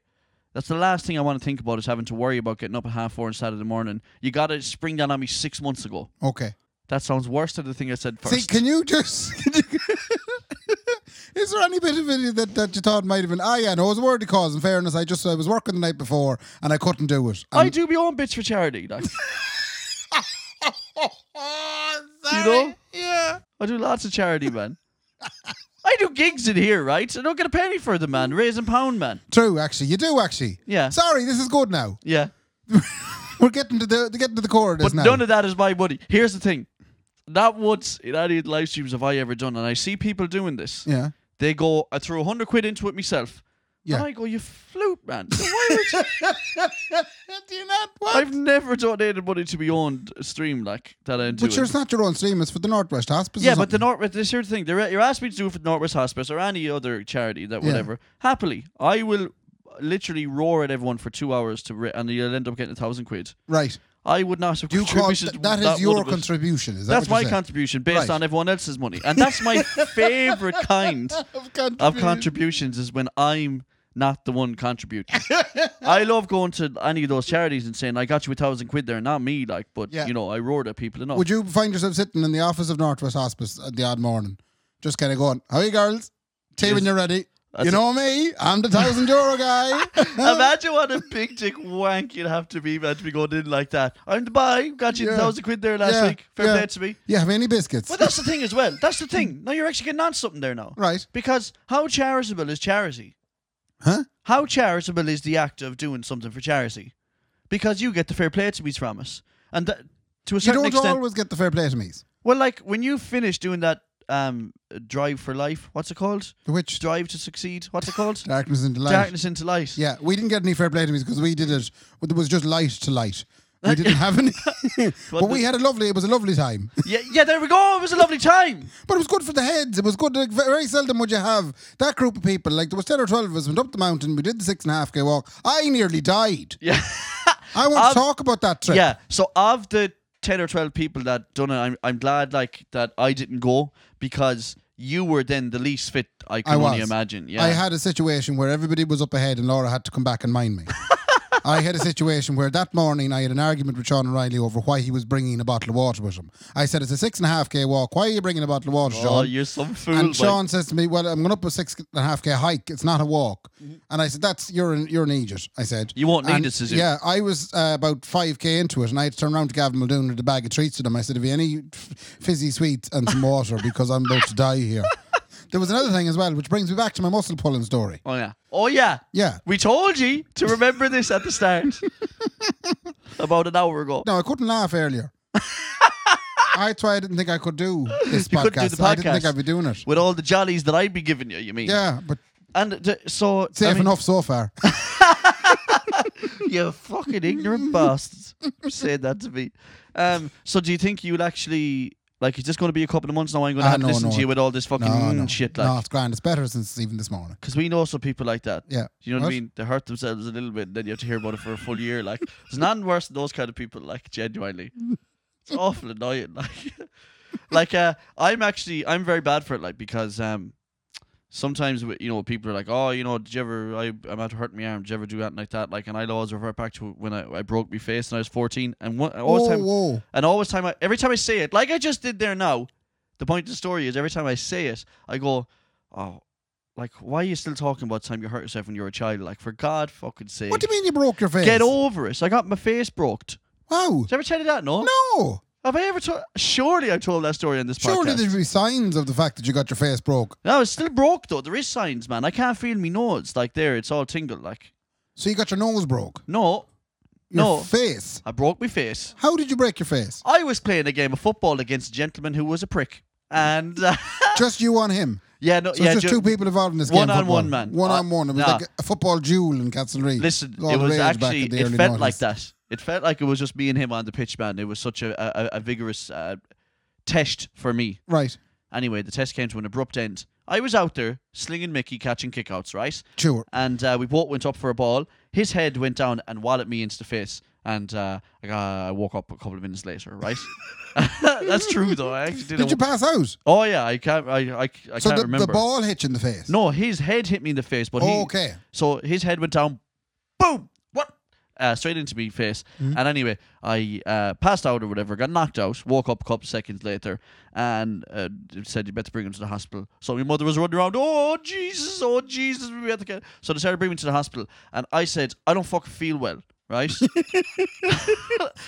Speaker 2: that's the last thing I want to think about is having to worry about getting up at half four on Saturday morning. You got to spring that on me six months ago.
Speaker 3: okay.
Speaker 2: That sounds worse than the thing I said first.
Speaker 3: See, can you just. Is there any bit of it that, that you thought might have been? Ah, yeah, no, it was a worthy cause. In fairness, I just I was working the night before and I couldn't do it.
Speaker 2: I
Speaker 3: And,
Speaker 2: do my own bits for charity. Like,
Speaker 3: sorry.
Speaker 2: know?
Speaker 3: Yeah.
Speaker 2: I do lots of charity, man. I do gigs in here, right? I don't get a penny for them, man. Raising pound, man.
Speaker 3: True, actually. You do, actually.
Speaker 2: Yeah.
Speaker 3: Sorry, this is good now.
Speaker 2: Yeah.
Speaker 3: We're getting to the getting to the core of this
Speaker 2: But
Speaker 3: now.
Speaker 2: none of that is my money. Here's the thing. Not once in any live streams have I ever done, and I see people doing this.
Speaker 3: yeah.
Speaker 2: They go, I threw a hundred quid into it myself.
Speaker 3: Yeah.
Speaker 2: And I go, you flute, man. Why would you?
Speaker 3: Do you not? What?
Speaker 2: I've never donated money to be owned a stream like that I'm doing.
Speaker 3: But sure, it's not your own stream. It's for the Northwest Hospice. or
Speaker 2: yeah, but the
Speaker 3: something.
Speaker 2: North. This here's the thing. They're, you're asking me to do it for the Northwest Hospice or any other charity that
Speaker 3: Yeah.
Speaker 2: whatever. Happily, I will literally roar at everyone for two hours to, ri- and you'll end up getting a thousand quid.
Speaker 3: right.
Speaker 2: I would not have
Speaker 3: You call
Speaker 2: contributed.
Speaker 3: that is
Speaker 2: that
Speaker 3: your
Speaker 2: one of it.
Speaker 3: contribution. Is that
Speaker 2: That's
Speaker 3: what
Speaker 2: my
Speaker 3: you're saying?
Speaker 2: contribution based
Speaker 3: Right.
Speaker 2: on everyone else's money, and that's my favorite kind
Speaker 3: Of contribution.
Speaker 2: of contributions is when I'm not the one contributing. I love going to any of those charities and saying I got you a thousand quid there, not me. Like, but
Speaker 3: Yeah.
Speaker 2: you know, I roared at people enough.
Speaker 3: Would you find yourself sitting in the office of Northwest Hospice at the odd morning, just kind of going, "How you girls? Tea when
Speaker 2: Yes.
Speaker 3: you're ready.
Speaker 2: That's
Speaker 3: you
Speaker 2: it.
Speaker 3: know me. I'm the thousand euro guy."
Speaker 2: Imagine what a big dick wank you'd have to be, man, to be going in like that. I'm the buy, got you a
Speaker 3: Yeah.
Speaker 2: thousand quid there last
Speaker 3: Yeah,
Speaker 2: week. Fair
Speaker 3: yeah.
Speaker 2: play to me.
Speaker 3: yeah, have any biscuits?
Speaker 2: But that's the thing as well. That's the thing. Now you're actually getting on something there now.
Speaker 3: right?
Speaker 2: Because how charitable is charity?
Speaker 3: Huh?
Speaker 2: How charitable is the act of doing something for charity? Because you get the fair play to me's from us. And that, to a
Speaker 3: You
Speaker 2: certain
Speaker 3: don't
Speaker 2: extent.
Speaker 3: always get the fair play to me's.
Speaker 2: well, like when you finish doing that um, drive for life, what's it called?
Speaker 3: The witch,
Speaker 2: Drive to succeed. What's it called?
Speaker 3: darkness into light.
Speaker 2: Darkness into light.
Speaker 3: Yeah, we didn't get any fair play to me's because we did it. It was just light to light. We didn't have any, but we had a lovely. It was a lovely time.
Speaker 2: Yeah, yeah, there we go. It was a lovely time.
Speaker 3: But it was good for the heads. It was good. Like, very seldom would you have that group of people. Like there was ten or twelve of us went up the mountain. We did the six and a half k walk. I nearly died.
Speaker 2: Yeah.
Speaker 3: I want
Speaker 2: I've-
Speaker 3: to talk about that trip.
Speaker 2: Yeah. So of the ten or twelve people that done it, I'm I'm glad like that I didn't go because you were then the least fit I can
Speaker 3: I
Speaker 2: only
Speaker 3: was.
Speaker 2: imagine. Yeah.
Speaker 3: I had a situation where everybody was up ahead and Laura had to come back and mind me. I had a situation where that morning I had an argument with Sean O'Reilly over why he was bringing a bottle of water with him. I said, it's a six and a half K walk. Why are you bringing a bottle of water, Sean?
Speaker 2: oh, you're some fool.
Speaker 3: and
Speaker 2: like-
Speaker 3: Sean says to me, well, I'm going up a six and a half K hike. It's not a walk. And I said, that's, you're an, you're an idiot, I said.
Speaker 2: Mm-hmm. You won't need
Speaker 3: And
Speaker 2: it, Suzuki.
Speaker 3: Yeah, I was uh, about 5K into it and I had to turn around to Gavin Muldoon with a bag of treats to them. I said, have you any f- fizzy sweets and some water because I'm about to die here. There was another thing as well, which brings me back to my muscle pulling story.
Speaker 2: oh yeah. Oh yeah.
Speaker 3: Yeah.
Speaker 2: We told you to remember this at the start. About an hour ago.
Speaker 3: No, I couldn't laugh earlier. That's why I didn't think I could do this
Speaker 2: You couldn't
Speaker 3: podcast.
Speaker 2: do the
Speaker 3: I didn't think
Speaker 2: podcast.
Speaker 3: I'd be doing it.
Speaker 2: With all the jollies that I'd be giving you, you mean?
Speaker 3: Yeah, but
Speaker 2: And th- so
Speaker 3: safe
Speaker 2: I mean,
Speaker 3: enough so far.
Speaker 2: You fucking ignorant bastards. Said that to me. Um, so do you think you'll actually like it's just gonna be a couple of months now I'm gonna
Speaker 3: Ah,
Speaker 2: have to
Speaker 3: no,
Speaker 2: listen
Speaker 3: no.
Speaker 2: to you with all this fucking
Speaker 3: No,
Speaker 2: mm
Speaker 3: no,
Speaker 2: shit
Speaker 3: no,
Speaker 2: like
Speaker 3: it's grand. It's better since even this morning.
Speaker 2: because we know some people like that.
Speaker 3: Yeah.
Speaker 2: Do you know what,
Speaker 3: What?
Speaker 2: I mean? They hurt themselves a little bit, then you have to hear about it for a full year. Like it's nothing worse than those kind of people, like genuinely. It's awful annoying. Like like uh I'm actually I'm very bad for it, like because um sometimes w- you know people are like, Oh, you know, did you ever I I'm out to hurt my arm, did you ever do that like that? Like and I always revert back to when I, I broke my face and I was fourteen and one always
Speaker 3: whoa,
Speaker 2: time
Speaker 3: whoa.
Speaker 2: and always time I, every time I say it, like I just did there now, the point of the story is every time I say it, I go, oh, like why are you still talking about the time you hurt yourself when you were a child? Like for God fucking sake,
Speaker 3: What do you mean you broke your face?
Speaker 2: get over it. So I got my face broke. Did
Speaker 3: Wow.
Speaker 2: I ever tell you that? No.
Speaker 3: No.
Speaker 2: Have I ever told? Surely I told that story on this
Speaker 3: Surely
Speaker 2: podcast.
Speaker 3: there'd be signs of the fact that you got your face broke.
Speaker 2: no, it's still broke though. There is signs, man. I can't feel me nose. Like there, it's all tingle. Like
Speaker 3: So you got your nose broke.
Speaker 2: no,
Speaker 3: Your
Speaker 2: No.
Speaker 3: face.
Speaker 2: I broke my face.
Speaker 3: How did you break your face?
Speaker 2: I was playing a game of football against a gentleman who was a prick, and uh,
Speaker 3: just you on him.
Speaker 2: yeah, no,
Speaker 3: So
Speaker 2: yeah,
Speaker 3: it's just
Speaker 2: ju-
Speaker 3: two people involved in this game.
Speaker 2: One on
Speaker 3: football.
Speaker 2: one, man.
Speaker 3: One
Speaker 2: Uh,
Speaker 3: on one. It was
Speaker 2: nah.
Speaker 3: like a football duel in Castlereagh.
Speaker 2: Listen,
Speaker 3: All
Speaker 2: it
Speaker 3: the
Speaker 2: was
Speaker 3: rage back in
Speaker 2: actually
Speaker 3: the
Speaker 2: it
Speaker 3: early
Speaker 2: felt
Speaker 3: 90s.
Speaker 2: like that. It felt like it was just me and him on the pitch, man. It was such a a, a vigorous uh, test for me.
Speaker 3: Right.
Speaker 2: Anyway, the test came to an abrupt end. I was out there slinging Mickey, catching kickouts, right?
Speaker 3: Sure.
Speaker 2: And uh, we both went up for a ball. His head went down and walloped me into the face. And uh, I, got, I woke up a couple of minutes later, right? That's true, though. I actually did.
Speaker 3: Did you pass out?
Speaker 2: oh yeah, I can't. I I, I
Speaker 3: so
Speaker 2: can't
Speaker 3: the,
Speaker 2: remember.
Speaker 3: the ball hit you in the face.
Speaker 2: No, his head hit me in the face, but he,
Speaker 3: Oh, okay.
Speaker 2: So his head went down, boom, what? Uh, straight into me face. And anyway, I uh, passed out or whatever, got knocked out, woke up a couple seconds later, and uh, it said you better bring him to the hospital. So my mother was running around, oh Jesus, oh Jesus, we have to get. So they started bringing me to the hospital, and I said, I don't fucking feel well, right?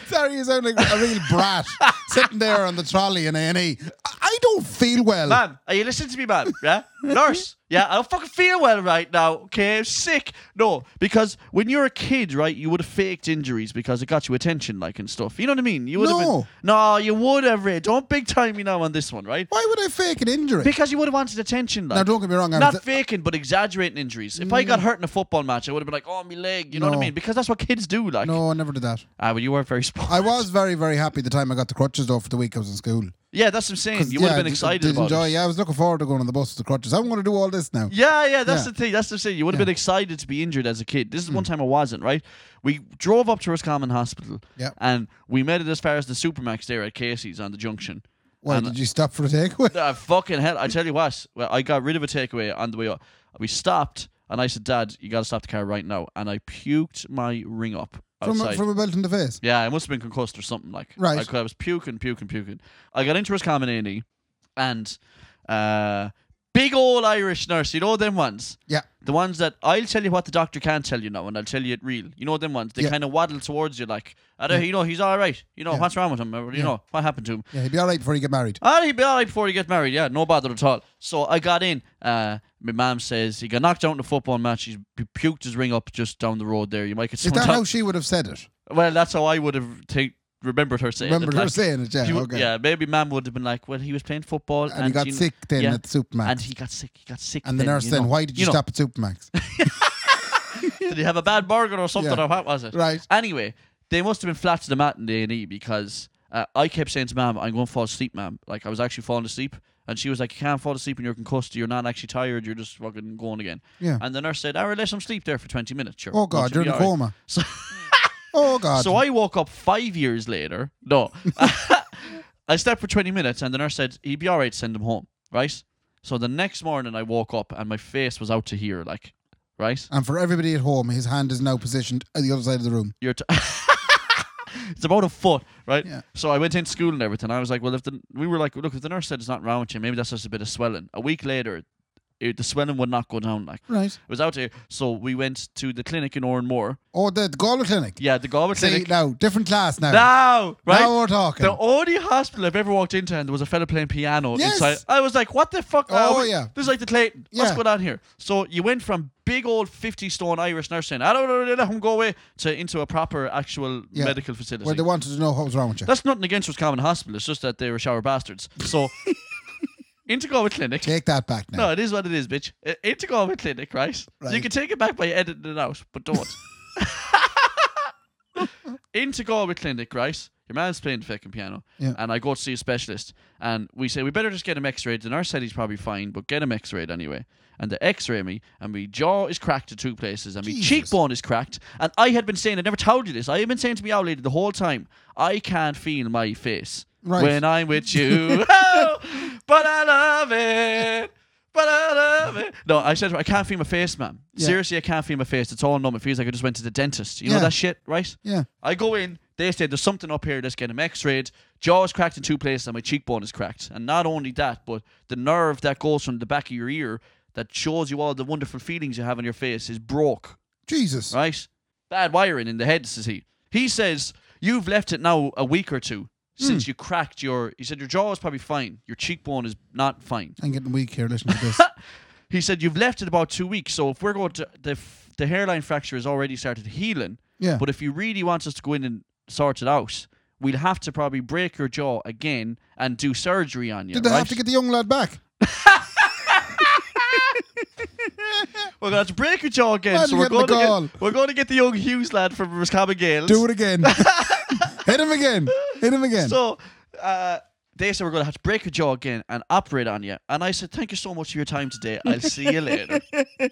Speaker 3: Sorry, you sound like a real brat sitting there on the trolley in A&E. I- I don't feel well.
Speaker 2: Ma'am, are you listening to me, ma'am? Yeah? Nurse? Yeah, I don't fucking feel well right now, okay? I'm sick. No, because when you're a kid, right, you would have faked injuries because it got you attention, like, and stuff. You know what I mean? You would have
Speaker 3: No.
Speaker 2: been. No, you would have, Ray. Don't big time me now on this one, right?
Speaker 3: Why would I fake an injury?
Speaker 2: Because you would have wanted attention, like.
Speaker 3: now, don't get me wrong. I
Speaker 2: Not
Speaker 3: was,
Speaker 2: faking, but exaggerating injuries. If I got hurt in a football match, I would have been like, "Oh, my leg," you know what
Speaker 3: No.
Speaker 2: I mean? Because that's what kids do. Like,
Speaker 3: no, I never did that.
Speaker 2: ah, well, you weren't very sport.
Speaker 3: I was very, very happy the time I got the crutches though for the week I was in school.
Speaker 2: yeah, that's what I'm saying. You would
Speaker 3: Yeah,
Speaker 2: have
Speaker 3: I
Speaker 2: been
Speaker 3: just
Speaker 2: excited
Speaker 3: did
Speaker 2: about
Speaker 3: enjoy.
Speaker 2: it.
Speaker 3: Yeah, I was looking forward to going on the bus with the crutches. I'm going to do all this now.
Speaker 2: Yeah, yeah, that's
Speaker 3: Yeah. Hmm.
Speaker 2: the thing. That's the thing. You would have been excited to be injured as a kid. This is one time I wasn't, right? We drove up to Roscommon Hospital
Speaker 3: Yeah.
Speaker 2: and we made it as far as the supermax there at Casey's on the junction.
Speaker 3: Why
Speaker 2: And-
Speaker 3: did you stop for a takeaway?
Speaker 2: Ah, fucking hell. I tell you what, well, I got rid of a takeaway on the way up. We stopped and I said, Dad, you got to stop the car right now. And I puked my ring up
Speaker 3: From
Speaker 2: outside.
Speaker 3: a, from a belt in the face.
Speaker 2: Yeah, I must have been concussed or something like.
Speaker 3: Right.
Speaker 2: Like, I was puking, puking, puking. I got into his common A&E and uh, big old Irish nurse, you know them ones?
Speaker 3: Yeah.
Speaker 2: The ones that I'll tell you what the doctor can tell you now, and I'll tell you it real. You know them ones. They
Speaker 3: Yeah.
Speaker 2: kind of waddle towards you like, I don't, you know, he's all right. You know what's wrong with him. Or, you know what happened to him.
Speaker 3: Yeah, he'd be all right before you get married.
Speaker 2: Ah, he'd be all right before he gets married. Yeah, no bother at all. So I got in. Uh, my mom says he got knocked out in a football match. He's he puked his ring up just down the road there. You might get
Speaker 3: Is
Speaker 2: someone
Speaker 3: that
Speaker 2: down-
Speaker 3: how she would have said it?
Speaker 2: well, that's how I would have take remembered her saying.
Speaker 3: Remember
Speaker 2: it,
Speaker 3: her
Speaker 2: like,
Speaker 3: saying it? Yeah,
Speaker 2: she would-
Speaker 3: okay.
Speaker 2: yeah, maybe Mum would have been like, "Well, he was playing football,
Speaker 3: And, he got
Speaker 2: you kn-
Speaker 3: sick then
Speaker 2: yeah,
Speaker 3: at Supermax.
Speaker 2: and
Speaker 3: And,
Speaker 2: he got sick. He got sick."
Speaker 3: the
Speaker 2: then,
Speaker 3: nurse
Speaker 2: you
Speaker 3: then,
Speaker 2: know.
Speaker 3: why did you,
Speaker 2: know,
Speaker 3: stop at Supermax?
Speaker 2: Did he have a bad burger or something,
Speaker 3: Yeah.
Speaker 2: or what was it?
Speaker 3: Right.
Speaker 2: Anyway, they must have been flat to the mat in the A&E because uh, I kept saying to ma'am, I'm going to fall asleep, ma'am. Like, I was actually falling asleep. And she was like, you can't fall asleep when you're concussed. You're not actually tired. You're just fucking going again.
Speaker 3: Yeah.
Speaker 2: And the nurse said, all right, let him sleep there for 20 minutes. Sure.
Speaker 3: Oh, God,
Speaker 2: She'll
Speaker 3: you're
Speaker 2: be
Speaker 3: in a
Speaker 2: all right."
Speaker 3: coma.
Speaker 2: So-
Speaker 3: Oh, God.
Speaker 2: So I woke up five years later. No. I slept for 20 minutes and the nurse said, he'd be all right, send him home. Right? So the next morning I woke up and my face was out to here, like, right?
Speaker 3: and for everybody at home, his hand is now positioned at the other side of the room.
Speaker 2: You're t- it's about a foot, right?
Speaker 3: Yeah.
Speaker 2: So I went into school and everything. I was like, well, if the we were like, look, if the nurse said it's not wrong with you, maybe that's just a bit of swelling. A week later, it, the swelling would not go down. Like
Speaker 3: Right.
Speaker 2: it was out here. So we went to the clinic in Oranmore.
Speaker 3: Oh, the, the Galway Clinic.
Speaker 2: Yeah, the Galway
Speaker 3: See,
Speaker 2: clinic.
Speaker 3: now, different class now.
Speaker 2: Now, right?
Speaker 3: Now we're talking.
Speaker 2: The only hospital I've ever walked into, and there was a fella playing piano
Speaker 3: Yes.
Speaker 2: inside. I was like, "What the fuck?" are
Speaker 3: Oh,
Speaker 2: we-
Speaker 3: yeah.
Speaker 2: this is like the Clayton.
Speaker 3: Yeah.
Speaker 2: What's going on here? So you went from big old fifty stone Irish nurse saying, "I don't really let him go away," to into a proper actual
Speaker 3: Yeah.
Speaker 2: medical facility.
Speaker 3: where they wanted to know what was wrong with you.
Speaker 2: That's nothing against Roscommon Hospital. It's just that they were shower bastards. So into Galway Clinic.
Speaker 3: Take that back now.
Speaker 2: No, it is what it is, bitch. I- Into Galway Clinic, right? You
Speaker 3: Right.
Speaker 2: can take it back by editing it out, but don't. into Galway Clinic, right? Your man's playing the fucking piano,
Speaker 3: Yeah.
Speaker 2: and I go to see a specialist, and we say we better just get him X-rayed. The nurse said he's probably fine, but get him X-rayed anyway. And they X-ray me, and my jaw is cracked to two places, and my
Speaker 3: Jesus.
Speaker 2: cheekbone is cracked. And I had been saying, I never told you this. I had been saying to me out lady the whole time, I can't feel my face
Speaker 3: Right.
Speaker 2: when I'm with you. oh, but I love it. But I love it. No, I said to her, I can't feel my face, man.
Speaker 3: Yeah.
Speaker 2: Seriously, I can't feel my face. It's all numb. It feels like I just went to the dentist. You
Speaker 3: Yeah.
Speaker 2: know that shit, right?
Speaker 3: Yeah.
Speaker 2: I go in. They said there's something up here. Let's get him X-rayed. Jaw is cracked in two places, and my cheekbone is cracked. And not only that, but the nerve that goes from the back of your ear that shows you all the wonderful feelings you have on your face is broke.
Speaker 3: Jesus.
Speaker 2: Right? Bad wiring in the head, says he. He says, You've left it now a week or two
Speaker 3: Hmm.
Speaker 2: since you cracked your. He said, Your jaw is probably fine. Your cheekbone is not fine.
Speaker 3: I'm getting weak here. Listen to this.
Speaker 2: He said, You've left it about two weeks. So if we're going to. The, f- the hairline fracture has already started healing.
Speaker 3: Yeah.
Speaker 2: But if you really want us to go in and sort it out, we'll have to probably break your jaw again and do surgery on you.
Speaker 3: Did they
Speaker 2: right?
Speaker 3: have to get the young lad back?
Speaker 2: we're going to have to break your jaw again.
Speaker 3: Man,
Speaker 2: so we're
Speaker 3: get
Speaker 2: going,
Speaker 3: the
Speaker 2: to
Speaker 3: goal.
Speaker 2: get, we're going to get the young Hughes lad from Roscommon Gales.
Speaker 3: Do it again. Hit him again. Hit him again.
Speaker 2: So uh, they said we're going to have to break your jaw again and operate on you. And I said, thank you so much for your time today. I'll see you later.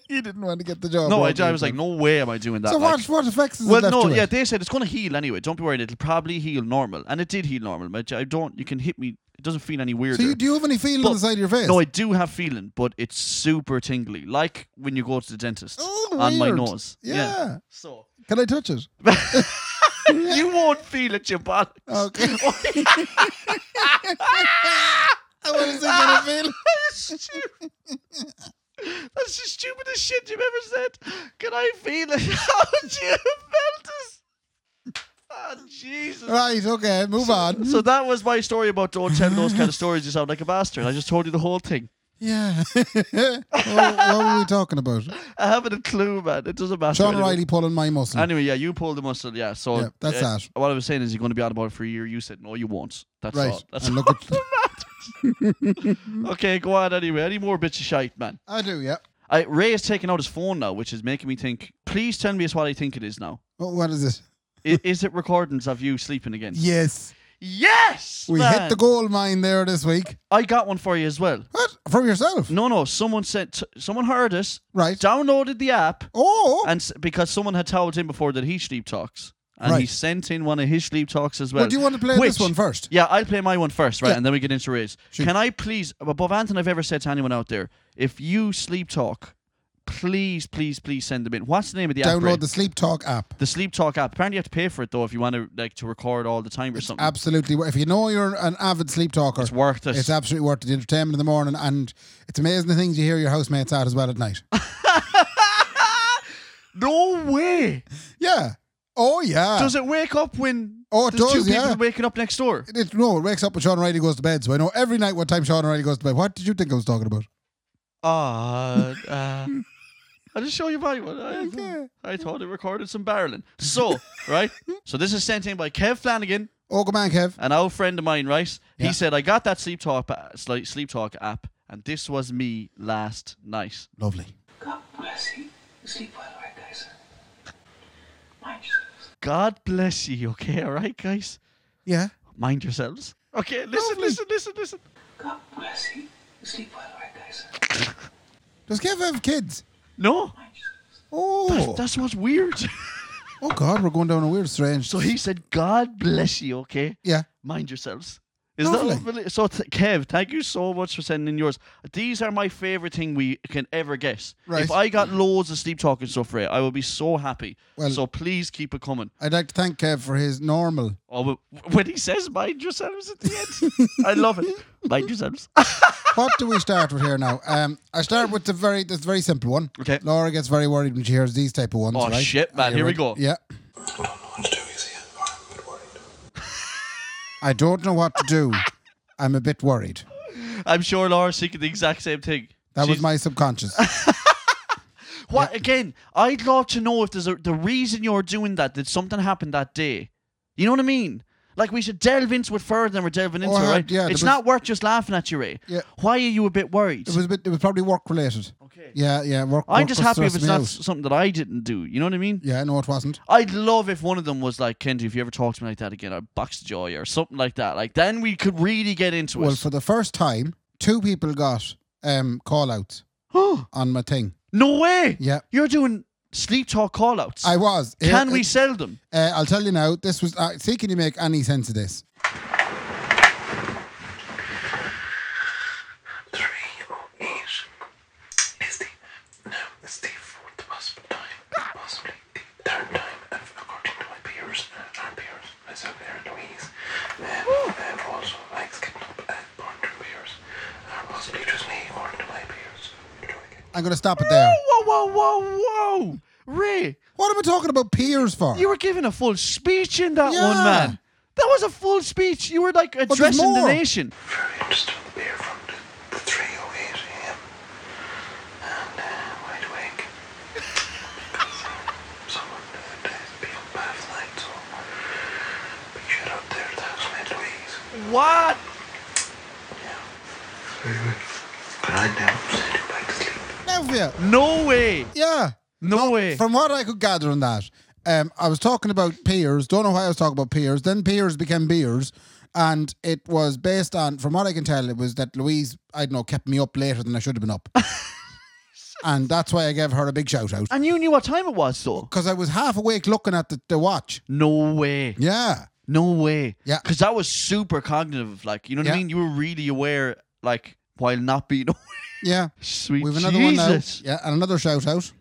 Speaker 3: you didn't want to get the job.
Speaker 2: no, I,
Speaker 3: right,
Speaker 2: I was like,
Speaker 3: didn't
Speaker 2: no way am I doing
Speaker 3: you?
Speaker 2: that.
Speaker 3: So
Speaker 2: like-
Speaker 3: what? What effects is
Speaker 2: well,
Speaker 3: it left
Speaker 2: no,
Speaker 3: to
Speaker 2: yeah,
Speaker 3: it?
Speaker 2: they said it's going to heal anyway. Don't be worried. It'll probably heal normal. And it did heal normal. But I don't, you can hit me. It doesn't feel any weirder.
Speaker 3: So you, do you have any feeling
Speaker 2: But-
Speaker 3: on the side of your face?
Speaker 2: no, I do have feeling, but it's super tingly. Like when you go to the dentist
Speaker 3: Oh,
Speaker 2: on my
Speaker 3: weird.
Speaker 2: nose.
Speaker 3: Yeah.
Speaker 2: So
Speaker 3: Can I touch it?
Speaker 2: you won't feel it, your body.
Speaker 3: Okay. I want to see how I feel.
Speaker 2: That's stupid. That's the stupidest shit you've ever said. Can I feel it? How do you felt this? Oh, Jesus.
Speaker 3: Right. Okay. Move on.
Speaker 2: So that was my story about don't tell those kind of stories. You sound like a bastard. I just told you the whole thing.
Speaker 3: Yeah. what, what were we talking about?
Speaker 2: I haven't a clue, man. It doesn't matter.
Speaker 3: Sean
Speaker 2: anyway.
Speaker 3: O'Reilly pulling my muscle.
Speaker 2: Anyway, yeah, you pulled the muscle. Yeah, so
Speaker 3: Yeah, that's
Speaker 2: uh,
Speaker 3: that.
Speaker 2: What I was saying is you're going to be on about it for a year. You said no, you won't. That's
Speaker 3: Right,
Speaker 2: all. That's
Speaker 3: and
Speaker 2: all
Speaker 3: look at-
Speaker 2: that matters. okay, go on anyway. Any more bits of shite, man?
Speaker 3: I do. Yeah.
Speaker 2: I, Ray is taking out his phone now, which is making me think. Please tell me it's what I think it is now.
Speaker 3: What, what is it?
Speaker 2: I- is it recordings of you sleeping again?
Speaker 3: Yes.
Speaker 2: Yes,
Speaker 3: We
Speaker 2: man!
Speaker 3: hit the gold mine there this week.
Speaker 2: I got one for you as well.
Speaker 3: What? From yourself?
Speaker 2: No, no. Someone sent. Someone heard us,
Speaker 3: Right.
Speaker 2: downloaded the app,
Speaker 3: Oh.
Speaker 2: and s- because someone had told him before that he sleep talks, and he
Speaker 3: Right.
Speaker 2: sent in one of his sleep talks as well.
Speaker 3: Well, do you want to play
Speaker 2: which-
Speaker 3: this one first?
Speaker 2: Yeah, I'll play my one first, right,
Speaker 3: Yeah.
Speaker 2: and then we get into Ray's.
Speaker 3: Shoot.
Speaker 2: Can I please, above anything I've ever said to anyone out there, if you sleep talk, please, please, please send them in. What's the name of the app? Ray?
Speaker 3: Download the Sleep Talk app.
Speaker 2: The Sleep Talk app. Apparently, you have to pay for it though if you want to like to record all the time or something.
Speaker 3: Absolutely. wor- If you know you're an avid sleep talker,
Speaker 2: it's worth it.
Speaker 3: it's absolutely worth it. The entertainment in the morning, and it's amazing the things you hear your housemates out as well at night.
Speaker 2: no way.
Speaker 3: yeah. Oh yeah.
Speaker 2: Does it wake up when
Speaker 3: Oh, it
Speaker 2: there's
Speaker 3: does,
Speaker 2: two people
Speaker 3: yeah.
Speaker 2: waking up next door?
Speaker 3: it, it- no, it wakes up when Sean O'Reilly goes to bed, so I know every night what time Sean O'Reilly goes to bed. What did you think I was talking about?
Speaker 2: Ah, uh, I'll just show you my one. I,
Speaker 3: Okay.
Speaker 2: I thought it recorded some barreling. So, right? So this is sent in by Kev Flanagan,
Speaker 3: Oh, good man, Kev.
Speaker 2: an old friend of mine, right?
Speaker 3: Yeah.
Speaker 2: He said, I got that Sleep Talk, uh, sli- sleep talk app, and this was me last night.
Speaker 3: Lovely.
Speaker 4: God bless you. Sleep well, all right, guys? Mind yourselves.
Speaker 2: God bless you. Okay, all right, guys.
Speaker 3: Yeah.
Speaker 2: Mind yourselves. Okay, listen,
Speaker 3: Lovely.
Speaker 2: listen, listen, listen.
Speaker 4: God bless you. Sleep well, right, guys?
Speaker 3: Does Kev have kids?
Speaker 2: No,
Speaker 3: Oh.
Speaker 2: that's what's weird.
Speaker 3: Oh, God, we're going down a weird strange.
Speaker 2: so he said, "God bless you." Okay,
Speaker 3: Yeah.
Speaker 2: mind yourselves. Is
Speaker 3: Lovely.
Speaker 2: that really, so? Th- Kev, thank you so much for sending in yours. These are my favorite thing we can ever guess.
Speaker 3: Right.
Speaker 2: If I got loads of sleep talking stuff right, I would be so happy.
Speaker 3: Well-
Speaker 2: so please keep it coming.
Speaker 3: I'd like to thank Kev for his normal.
Speaker 2: Oh, but when he says "mind yourselves" at the end, I love it. Mind yourselves.
Speaker 3: What do we start with here now? Um, I start with the very this very simple one.
Speaker 2: Okay.
Speaker 3: Laura gets very worried when she hears these type of ones.
Speaker 2: Oh,
Speaker 3: right?
Speaker 2: shit, man,
Speaker 3: Are you
Speaker 2: here we
Speaker 3: ready?
Speaker 2: go.
Speaker 3: Yeah.
Speaker 4: I don't know what to do, you see. I'm a bit worried.
Speaker 3: I don't know what to do. I'm a bit worried.
Speaker 2: I'm sure Laura's thinking the exact same thing.
Speaker 3: That was
Speaker 2: She's-
Speaker 3: my subconscious.
Speaker 2: What again? I'd love to know if there's a, the reason you're doing that. Did something happen that day? You know what I mean? Like we should delve into it further than we're delving into,
Speaker 3: Oh,
Speaker 2: it,
Speaker 3: I-
Speaker 2: right?
Speaker 3: yeah, there
Speaker 2: it's
Speaker 3: was-
Speaker 2: not worth just laughing at you, Ray.
Speaker 3: Yeah.
Speaker 2: Why are you a bit worried?
Speaker 3: It was a bit, it was probably work related.
Speaker 2: okay.
Speaker 3: Yeah, yeah. Work.
Speaker 2: I'm
Speaker 3: work
Speaker 2: just
Speaker 3: was
Speaker 2: happy if
Speaker 3: stressing
Speaker 2: it's
Speaker 3: me
Speaker 2: not
Speaker 3: out.
Speaker 2: s- something that I didn't do. You know what I mean?
Speaker 3: Yeah, no, it wasn't.
Speaker 2: I'd love if one of them was like, Kenji, if you ever talk to me like that again, I'd box the jaw you," or something like that. Like then we could really get into
Speaker 3: Well,
Speaker 2: it.
Speaker 3: for the first time, two people got um call outs on my thing.
Speaker 2: no way.
Speaker 3: Yeah.
Speaker 2: You're doing sleep talk call outs.
Speaker 3: I was. Here-
Speaker 2: Can we sell them?
Speaker 3: Uh, I'll tell you now. This was. Uh, see, can you make any sense of this?
Speaker 4: Three oh eight is the no, it's the fourth possible time, possibly the third time, if- according to my peers, uh, our peers, myself there and Louise, um, and also Mike's kept up and Barnard peers, or possibly just me, according to my peers. You know, like,
Speaker 3: I'm going to stop it there.
Speaker 2: Whoa, whoa, whoa, whoa, Ray.
Speaker 3: What am I talking about peers for?
Speaker 2: You were giving a full speech in that
Speaker 3: Yeah.
Speaker 2: one, man. That was a full speech. You were like
Speaker 3: there's
Speaker 2: addressing the
Speaker 3: more.
Speaker 2: nation.
Speaker 4: Very interested in the beer from the, the 308 a.m. And uh, wide awake. Because uh, someone uh, peeled bath night, so big shout out there to housemate Louise.
Speaker 2: What?
Speaker 4: Yeah. Very good. But I now send you back to sleep.
Speaker 3: Now for you.
Speaker 2: No way.
Speaker 3: Yeah.
Speaker 2: No way.
Speaker 3: From what I could gather on that, um, I was talking about peers. Don't know why I was talking about peers. Then peers became beers. And it was based on, from what I can tell, it was that Louise, I don't know, kept me up later than I should have been up. and that's why I gave her a big shout out.
Speaker 2: and you knew what time it was, though.
Speaker 3: Because I was half awake looking at the, the watch.
Speaker 2: No way.
Speaker 3: Yeah.
Speaker 2: No way.
Speaker 3: Yeah.
Speaker 2: Because that was super cognitive. Like, you know what
Speaker 3: Yeah.
Speaker 2: I mean? You were really aware, like, while not being aware.
Speaker 3: Yeah.
Speaker 2: Sweet
Speaker 3: We've another
Speaker 2: Jesus.
Speaker 3: one now. Yeah. And another shout out.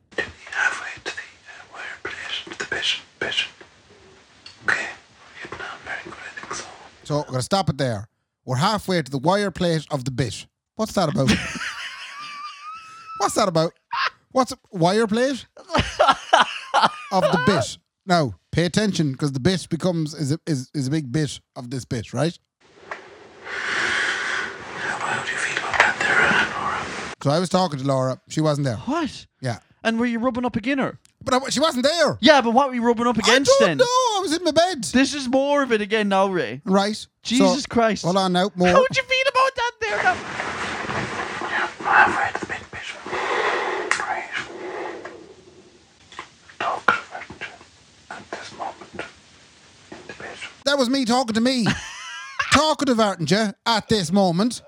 Speaker 4: halfway to the uh, wire place, to the bishop, bishop. Okay. You're not very good, I think so.
Speaker 3: So we're going to stop it there. We're halfway to the wire plate of the bit. What's that about? What's that about? What's a wire plate of the bit? Now, pay attention because the bit becomes is a, is, is a big bit of this bit, right?
Speaker 4: How, how do you feel about that there, uh, Nora?
Speaker 3: So I was talking to Laura. She wasn't there.
Speaker 2: What?
Speaker 3: Yeah.
Speaker 2: And were you rubbing up against her?
Speaker 3: But I, she wasn't there.
Speaker 2: Yeah, but what were you rubbing up against
Speaker 3: I
Speaker 2: then?
Speaker 3: don't know. I was in my bed.
Speaker 2: This is more of it again now, Ray.
Speaker 3: Right. So-
Speaker 2: Jesus Christ.
Speaker 3: Hold on now. More.
Speaker 2: How'd you feel about that there now?
Speaker 4: I'm halfway to the bit, bishop. Great. Talk about it at this moment in the bishop.
Speaker 3: That was me talking to me. Talkative, aren't you, at this moment?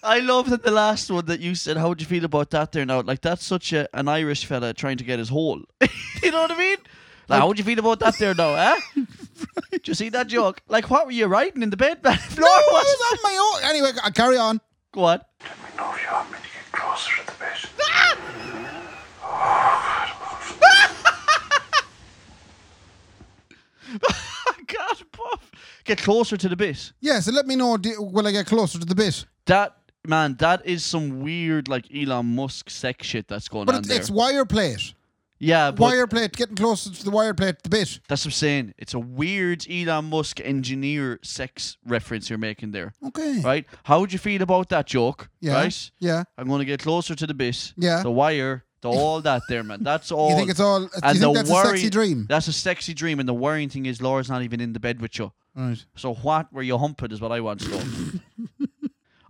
Speaker 2: I love that the last one that you said, how would you feel about that there now? Like, that's such a, an Irish fella trying to get his hole. you know what I mean? Like, how would you feel about that there now, eh? Did you see that joke? Like, what were you writing in the bed, man? Floor
Speaker 3: No, I
Speaker 2: was...
Speaker 3: was on my own. Anyway, I carry on.
Speaker 2: Go on.
Speaker 4: I know if you want me to get closer to the bit.
Speaker 2: God, puff. Get closer to the bit.
Speaker 3: Yeah, so let me know do, when I get closer to the bit.
Speaker 2: That, man, that is some weird, like, Elon Musk sex shit that's going
Speaker 3: But
Speaker 2: on
Speaker 3: it's,
Speaker 2: there.
Speaker 3: it's wire plate.
Speaker 2: yeah, but
Speaker 3: Wire plate, getting closer to the wire plate, the bit.
Speaker 2: that's what I'm saying. It's a weird Elon Musk engineer sex reference you're making there.
Speaker 3: Okay.
Speaker 2: right? How would you feel about that joke?
Speaker 3: Yeah.
Speaker 2: Right?
Speaker 3: Yeah.
Speaker 2: I'm going to get closer to the bit.
Speaker 3: Yeah.
Speaker 2: The wire, the all that there, man. That's all.
Speaker 3: You think it's all.
Speaker 2: And
Speaker 3: you
Speaker 2: the
Speaker 3: think that's a sexy
Speaker 2: worry-
Speaker 3: dream?
Speaker 2: That's a sexy dream, and the worrying thing is Laura's not even in the bed with you.
Speaker 3: right.
Speaker 2: So what were you humping is what I want to know.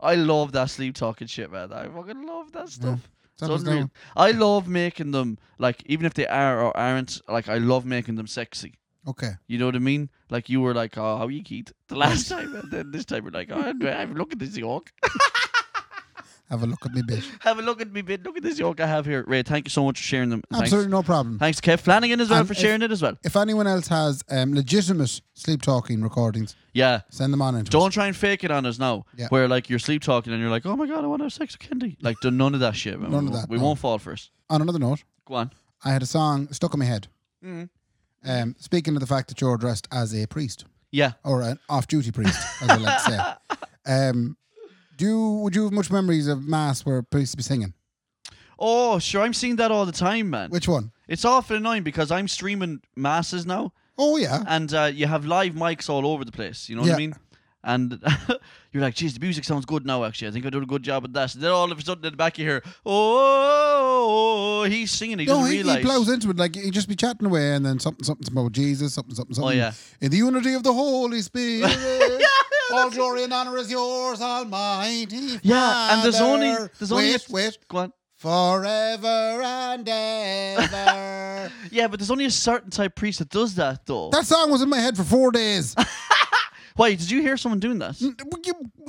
Speaker 2: I love that sleep talking shit, man. I fucking love that stuff.
Speaker 3: That
Speaker 2: It's
Speaker 3: was
Speaker 2: unreal. I love making them like even if they are or aren't like I love making them sexy.
Speaker 3: Okay.
Speaker 2: You know what I mean? Like you were like, "Oh, how you Keith?" The last time, and then this time you're like, "Oh, have a look at this York.
Speaker 3: Have a look at me, bitch.
Speaker 2: have a look at me, bit. Look at this York I have here." Ray, thank you so much for sharing them. Thanks-
Speaker 3: Absolutely no problem.
Speaker 2: Thanks, Kev Flanagan as well
Speaker 3: And
Speaker 2: for
Speaker 3: if-
Speaker 2: sharing it as well.
Speaker 3: If anyone else has um, legitimate sleep talking recordings,
Speaker 2: Yeah.
Speaker 3: send them on into us.
Speaker 2: Don't try and fake it on us now,
Speaker 3: Yeah.
Speaker 2: where like you're sleep talking and you're like, "Oh my god, I want to have sex with Kendi." Like, do none of that shit. Man.
Speaker 3: None
Speaker 2: we
Speaker 3: of that,
Speaker 2: We
Speaker 3: no.
Speaker 2: won't fall for it.
Speaker 3: On another note,
Speaker 2: Go on.
Speaker 3: I had a song stuck in my head. Um, speaking of the fact that you're dressed as a priest
Speaker 2: Yeah.
Speaker 3: or an off-duty priest, as I like to say, um, do you, would you have much memories of mass where priests be singing?
Speaker 2: Oh, sure. I'm seeing that all the time, man.
Speaker 3: Which one?
Speaker 2: It's awful annoying because I'm streaming masses now,
Speaker 3: Oh yeah,
Speaker 2: and uh, you have live mics all over the place. You know what
Speaker 3: Yeah.
Speaker 2: I mean? And you're like, geez, the music sounds good now. Actually, I think I did a good job at that. And then all of a sudden, in the back, you hear, "Oh, he's singing." He
Speaker 3: no,
Speaker 2: doesn't
Speaker 3: he,
Speaker 2: realize.
Speaker 3: he blows into it like he'd just be chatting away, and then something, something about Jesus, something, something, something.
Speaker 2: Oh, yeah.
Speaker 3: In the unity of the Holy Spirit, all glory and honor is yours, Almighty.
Speaker 2: yeah, and there's only
Speaker 3: Father.
Speaker 2: there's only
Speaker 3: wait,
Speaker 2: a,
Speaker 3: wait,
Speaker 2: Go on.
Speaker 3: forever and ever.
Speaker 2: Yeah, but there's only a certain type priest that does that, though.
Speaker 3: that song was in my head for four days.
Speaker 2: Wait, did you hear someone doing that?
Speaker 3: Mm.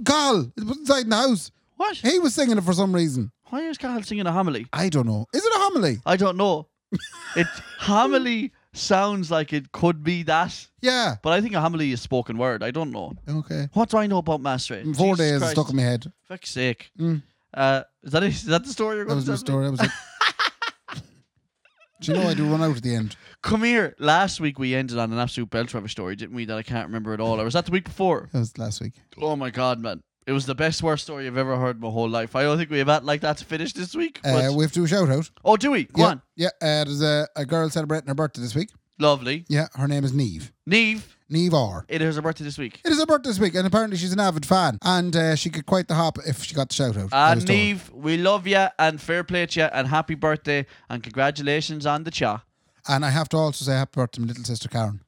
Speaker 3: Carl, it was inside the house.
Speaker 2: What?
Speaker 3: He was singing it for some reason.
Speaker 2: Why is Carl singing a homily?
Speaker 3: I don't know. Is it a homily?
Speaker 2: I don't know. it homily sounds like it could be that,
Speaker 3: Yeah.
Speaker 2: but I think a homily is spoken word. I don't know.
Speaker 3: Okay.
Speaker 2: What do I know about mass rate?
Speaker 3: In Four
Speaker 2: Jesus
Speaker 3: days
Speaker 2: Christ.
Speaker 3: stuck in my head.
Speaker 2: Fuck's sake.
Speaker 3: Mm.
Speaker 2: Uh, is that it? is that the story you're
Speaker 3: That
Speaker 2: going
Speaker 3: was
Speaker 2: to
Speaker 3: my
Speaker 2: tell me?
Speaker 3: story. That was it. Do you know I do run out at the end?
Speaker 2: Come here. Last week we ended on an absolute belter of a story, didn't we? That I can't remember at all. Or was that the week before?
Speaker 3: That was last week.
Speaker 2: Oh my god, man. It was the best worst story I've ever heard in my whole life. I don't think we have had like that to finish this week.
Speaker 3: Uh,
Speaker 2: but-
Speaker 3: we have to do a shout out.
Speaker 2: oh, do we? Go
Speaker 3: yeah,
Speaker 2: on.
Speaker 3: Yeah, uh, there's a, a girl celebrating her birthday this week.
Speaker 2: Lovely.
Speaker 3: Yeah, her name is Neve.
Speaker 2: Neve,
Speaker 3: Neve R.
Speaker 2: it is her birthday this week.
Speaker 3: It is her birthday this week, and apparently she's an avid fan, and uh, she could quite the hop if she got the shout out. I
Speaker 2: And
Speaker 3: was told.
Speaker 2: Ah, Neve, we love you and fair play to you and happy birthday and congratulations on the cha.
Speaker 3: And I have to also say happy birthday to my little sister Karen.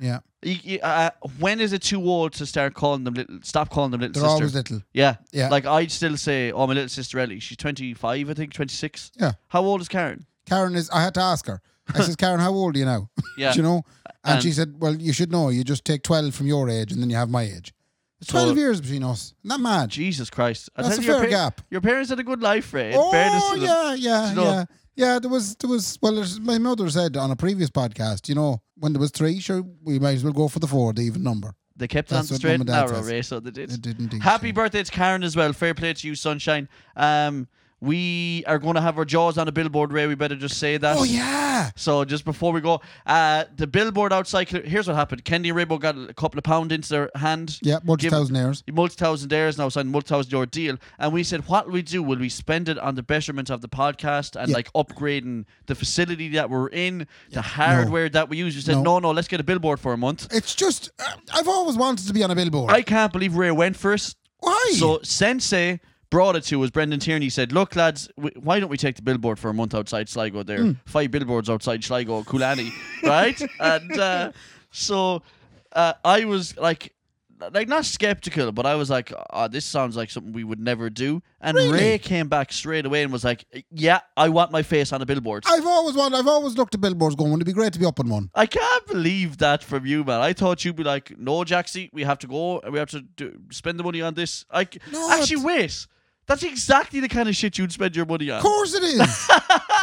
Speaker 3: yeah,
Speaker 2: You- you- uh, when is it too old to start calling them little? Stop calling them little
Speaker 3: they're
Speaker 2: sister.
Speaker 3: always little.
Speaker 2: yeah,
Speaker 3: Yeah.
Speaker 2: Like I'd still say, oh, my little sister Ellie. She's twenty five, I think, twenty six.
Speaker 3: Yeah.
Speaker 2: How old is Karen?
Speaker 3: Karen is. I had to ask her. I says, Karen, how old are you now?
Speaker 2: Yeah.
Speaker 3: Do you know? And,
Speaker 2: And-
Speaker 3: she said, Well, you should know. You just take twelve from your age, and then you have my age. It's
Speaker 2: So-
Speaker 3: twelve years between us. Not mad.
Speaker 2: Jesus Christ! I
Speaker 3: That's
Speaker 2: tell
Speaker 3: a
Speaker 2: you, your
Speaker 3: fair gap.
Speaker 2: Your parents had a good life, Ray. in
Speaker 3: oh
Speaker 2: fairness to them.
Speaker 3: yeah, yeah,
Speaker 2: you know-
Speaker 3: yeah, yeah. There was there was well, there's- my mother said on a previous podcast, you know, when there was three, sure, we might as well go for the four, the even number.
Speaker 2: They kept it
Speaker 3: That's
Speaker 2: on
Speaker 3: what
Speaker 2: straight
Speaker 3: Mum
Speaker 2: and
Speaker 3: and Dad
Speaker 2: narrow,
Speaker 3: says.
Speaker 2: Ray. So they did.
Speaker 3: They did indeed,
Speaker 2: Happy
Speaker 3: yeah.
Speaker 2: birthday to Karen as well. Fair play to you, Sunshine. Um, we are going to have our jaws on a billboard, Ray. We better just say that.
Speaker 3: oh yeah,
Speaker 2: So just before we go, uh, the billboard outside. Cle- Here's what happened. Kendi and Raybo got a couple of pound into their hand.
Speaker 3: yeah, multi
Speaker 2: Give-
Speaker 3: thousand years.
Speaker 2: Multi thousand theirs now signed multi thousand your deal, and we said, what will we do? Will we spend it on the betterment of the podcast and
Speaker 3: Yeah.
Speaker 2: like upgrading the facility that we're in, the hardware that we use? We said,
Speaker 3: No.
Speaker 2: no. no, let's get a billboard for a month.
Speaker 3: It's just uh, I've always wanted to be on a billboard.
Speaker 2: I can't believe Ray went first.
Speaker 3: Why?
Speaker 2: So Sensei brought it to us. Brendan Tierney said, "Look, lads, w- why don't we take the billboard for a month outside Sligo? There, five billboards outside Sligo, Kulani, right?" And uh, so uh, I was like. Like not skeptical, but I was like, oh, "This sounds like something we would never do." And Ray came back straight away and was like, "Yeah, I want my face on a billboard."
Speaker 3: I've always wanted. I've always looked at billboards going. It'd be great to be up on one.
Speaker 2: I can't believe that from you, man. I thought you'd be like, no, Jaxie, we have to go. We have to do, spend the money on this. I c-
Speaker 3: No,
Speaker 2: actually
Speaker 3: it's-
Speaker 2: wait. That's exactly the kind of shit you'd spend your money on.
Speaker 3: Of course it is.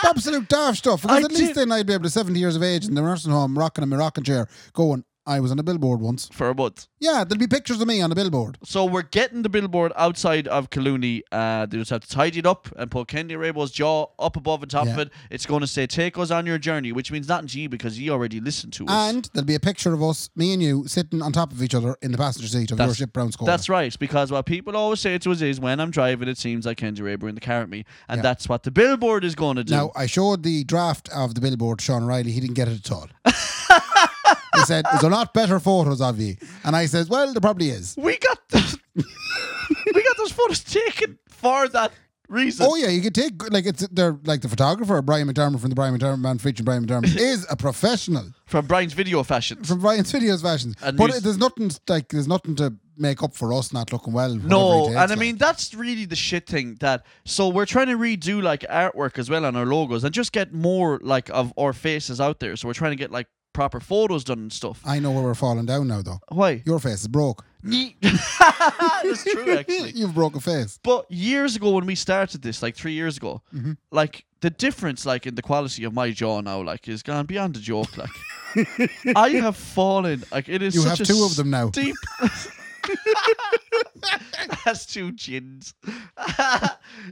Speaker 3: Absolute daft stuff. Because
Speaker 2: I
Speaker 3: at least
Speaker 2: did-
Speaker 3: then I'd be able to seventy years of age in the nursing home, rocking in my rocking chair, going. I was on a billboard once.
Speaker 2: For a month.
Speaker 3: Yeah, there'll be pictures of me on a billboard.
Speaker 2: So we're getting the billboard outside of Colooney. Uh, they just have to tidy it up and put Kenny Rabo's jaw up above and top of
Speaker 3: Yeah.
Speaker 2: it. It's going to say, take us on your journey, which means not in G because you already listened to us.
Speaker 3: And there'll be a picture of us, me and you, sitting on top of each other in the passenger seat of your
Speaker 2: That's-
Speaker 3: ship Brown Score.
Speaker 2: That's right, because what people always say to us is, when I'm driving, it seems like Kenny Rabo in the car at me. And
Speaker 3: Yeah.
Speaker 2: that's what the billboard is going to do.
Speaker 3: Now, I showed the draft of the billboard to Sean O'Reilly. He didn't get it at all. he said, Is there not better photos of you? And I says, Well, there probably is.
Speaker 2: we got the, we got those photos taken for that reason.
Speaker 3: Oh yeah, you could take like it's they're like the photographer Brian McDermott from the Brian McDermott Man featuring Brian McDermott is a professional
Speaker 2: From Brian's video fashions.
Speaker 3: from Brian's videos fashions.
Speaker 2: And
Speaker 3: but
Speaker 2: you s-
Speaker 3: there's nothing like there's nothing to make up for us not looking well. whatever
Speaker 2: No,
Speaker 3: he
Speaker 2: and
Speaker 3: takes,
Speaker 2: I
Speaker 3: like.
Speaker 2: mean that's really the shit thing that so we're trying to redo like artwork as well on our logos and just get more like of our faces out there. So we're trying to get like proper photos done and stuff.
Speaker 3: I know where we're falling down now, though.
Speaker 2: Why?
Speaker 3: Your face is broke.
Speaker 2: Ye- That's true, actually.
Speaker 3: You've broke a face.
Speaker 2: But years ago, when we started this, like three years ago,
Speaker 3: Mm-hmm.
Speaker 2: like the difference, like in the quality of my jaw now, like is gone beyond a joke. Like I have fallen. Like it is.
Speaker 3: You
Speaker 2: such
Speaker 3: have
Speaker 2: a
Speaker 3: two of them now.
Speaker 2: Deep. That's two chins.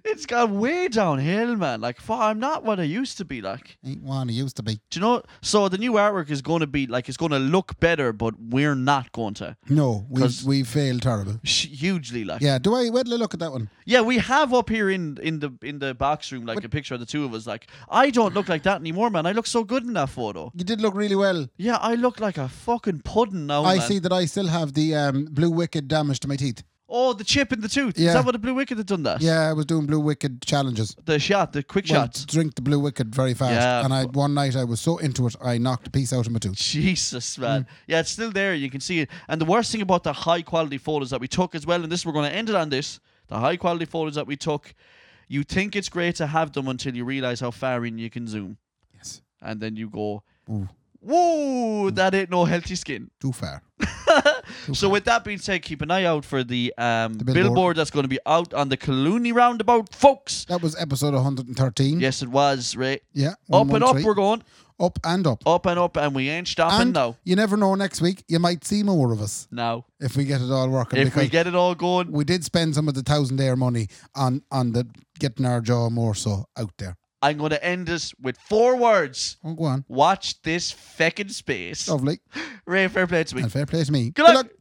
Speaker 2: it's gone way downhill, man. Like for, I'm not what I used to be. Like
Speaker 3: Ain't one it used to be.
Speaker 2: do you know? So the new artwork is going to be like it's going to look better, but we're not going to
Speaker 3: No, we
Speaker 2: 'Cause-
Speaker 3: we failed terrible.
Speaker 2: Sh- hugely. Like
Speaker 3: Yeah, do I? Wait till I look at that one.
Speaker 2: Yeah, we have up here in in the in the box room like a picture of the two of us. Like, I don't look like that anymore, man. I look so good in that photo.
Speaker 3: You did look really well.
Speaker 2: Yeah, I look like a fucking pudding now.
Speaker 3: I
Speaker 2: Oh, man.
Speaker 3: see that I still have the um, blue wicked damage to my teeth.
Speaker 2: Oh, the chip in the tooth. Is
Speaker 3: Yeah.
Speaker 2: that what the Blue Wicked had done? That.
Speaker 3: Yeah, I was doing blue wicked challenges.
Speaker 2: The shot, the quick
Speaker 3: Well,
Speaker 2: shots.
Speaker 3: drink the blue wicked very fast.
Speaker 2: Yeah.
Speaker 3: And I one night I was so into it, I knocked a piece out of my tooth.
Speaker 2: Jesus, man. Yeah, it's still there. You can see it. And the worst thing about the high quality photos that we took as well, and this we're going to end it on this. The high quality photos that we took, you think it's great to have them until you realize how far in you can zoom,
Speaker 3: Yes,
Speaker 2: and then you go, "Whoa, that ain't no healthy skin."
Speaker 3: too far.
Speaker 2: So with that being said, keep an eye out for the, um,
Speaker 3: billboard.
Speaker 2: billboard. that's going to be out on the Colooney roundabout, folks.
Speaker 3: That was episode 113.
Speaker 2: Yes, it was right.
Speaker 3: Yeah.
Speaker 2: Up and up,
Speaker 3: 113.
Speaker 2: we're going
Speaker 3: up and up.
Speaker 2: up and up, and we ain't stopping
Speaker 3: and
Speaker 2: now.
Speaker 3: you never know. Next week you might see more of us
Speaker 2: Now,
Speaker 3: if we get it all working.
Speaker 2: if
Speaker 3: because
Speaker 2: we get it all going,
Speaker 3: we did spend some of the thousand air money on on the getting our jaw more so out there.
Speaker 2: I'm going to end this with four words:
Speaker 3: Oh, go on.
Speaker 2: Watch this feckin' space.
Speaker 3: Lovely.
Speaker 2: Ray, fair play to me.
Speaker 3: And fair play to me.
Speaker 2: Good luck.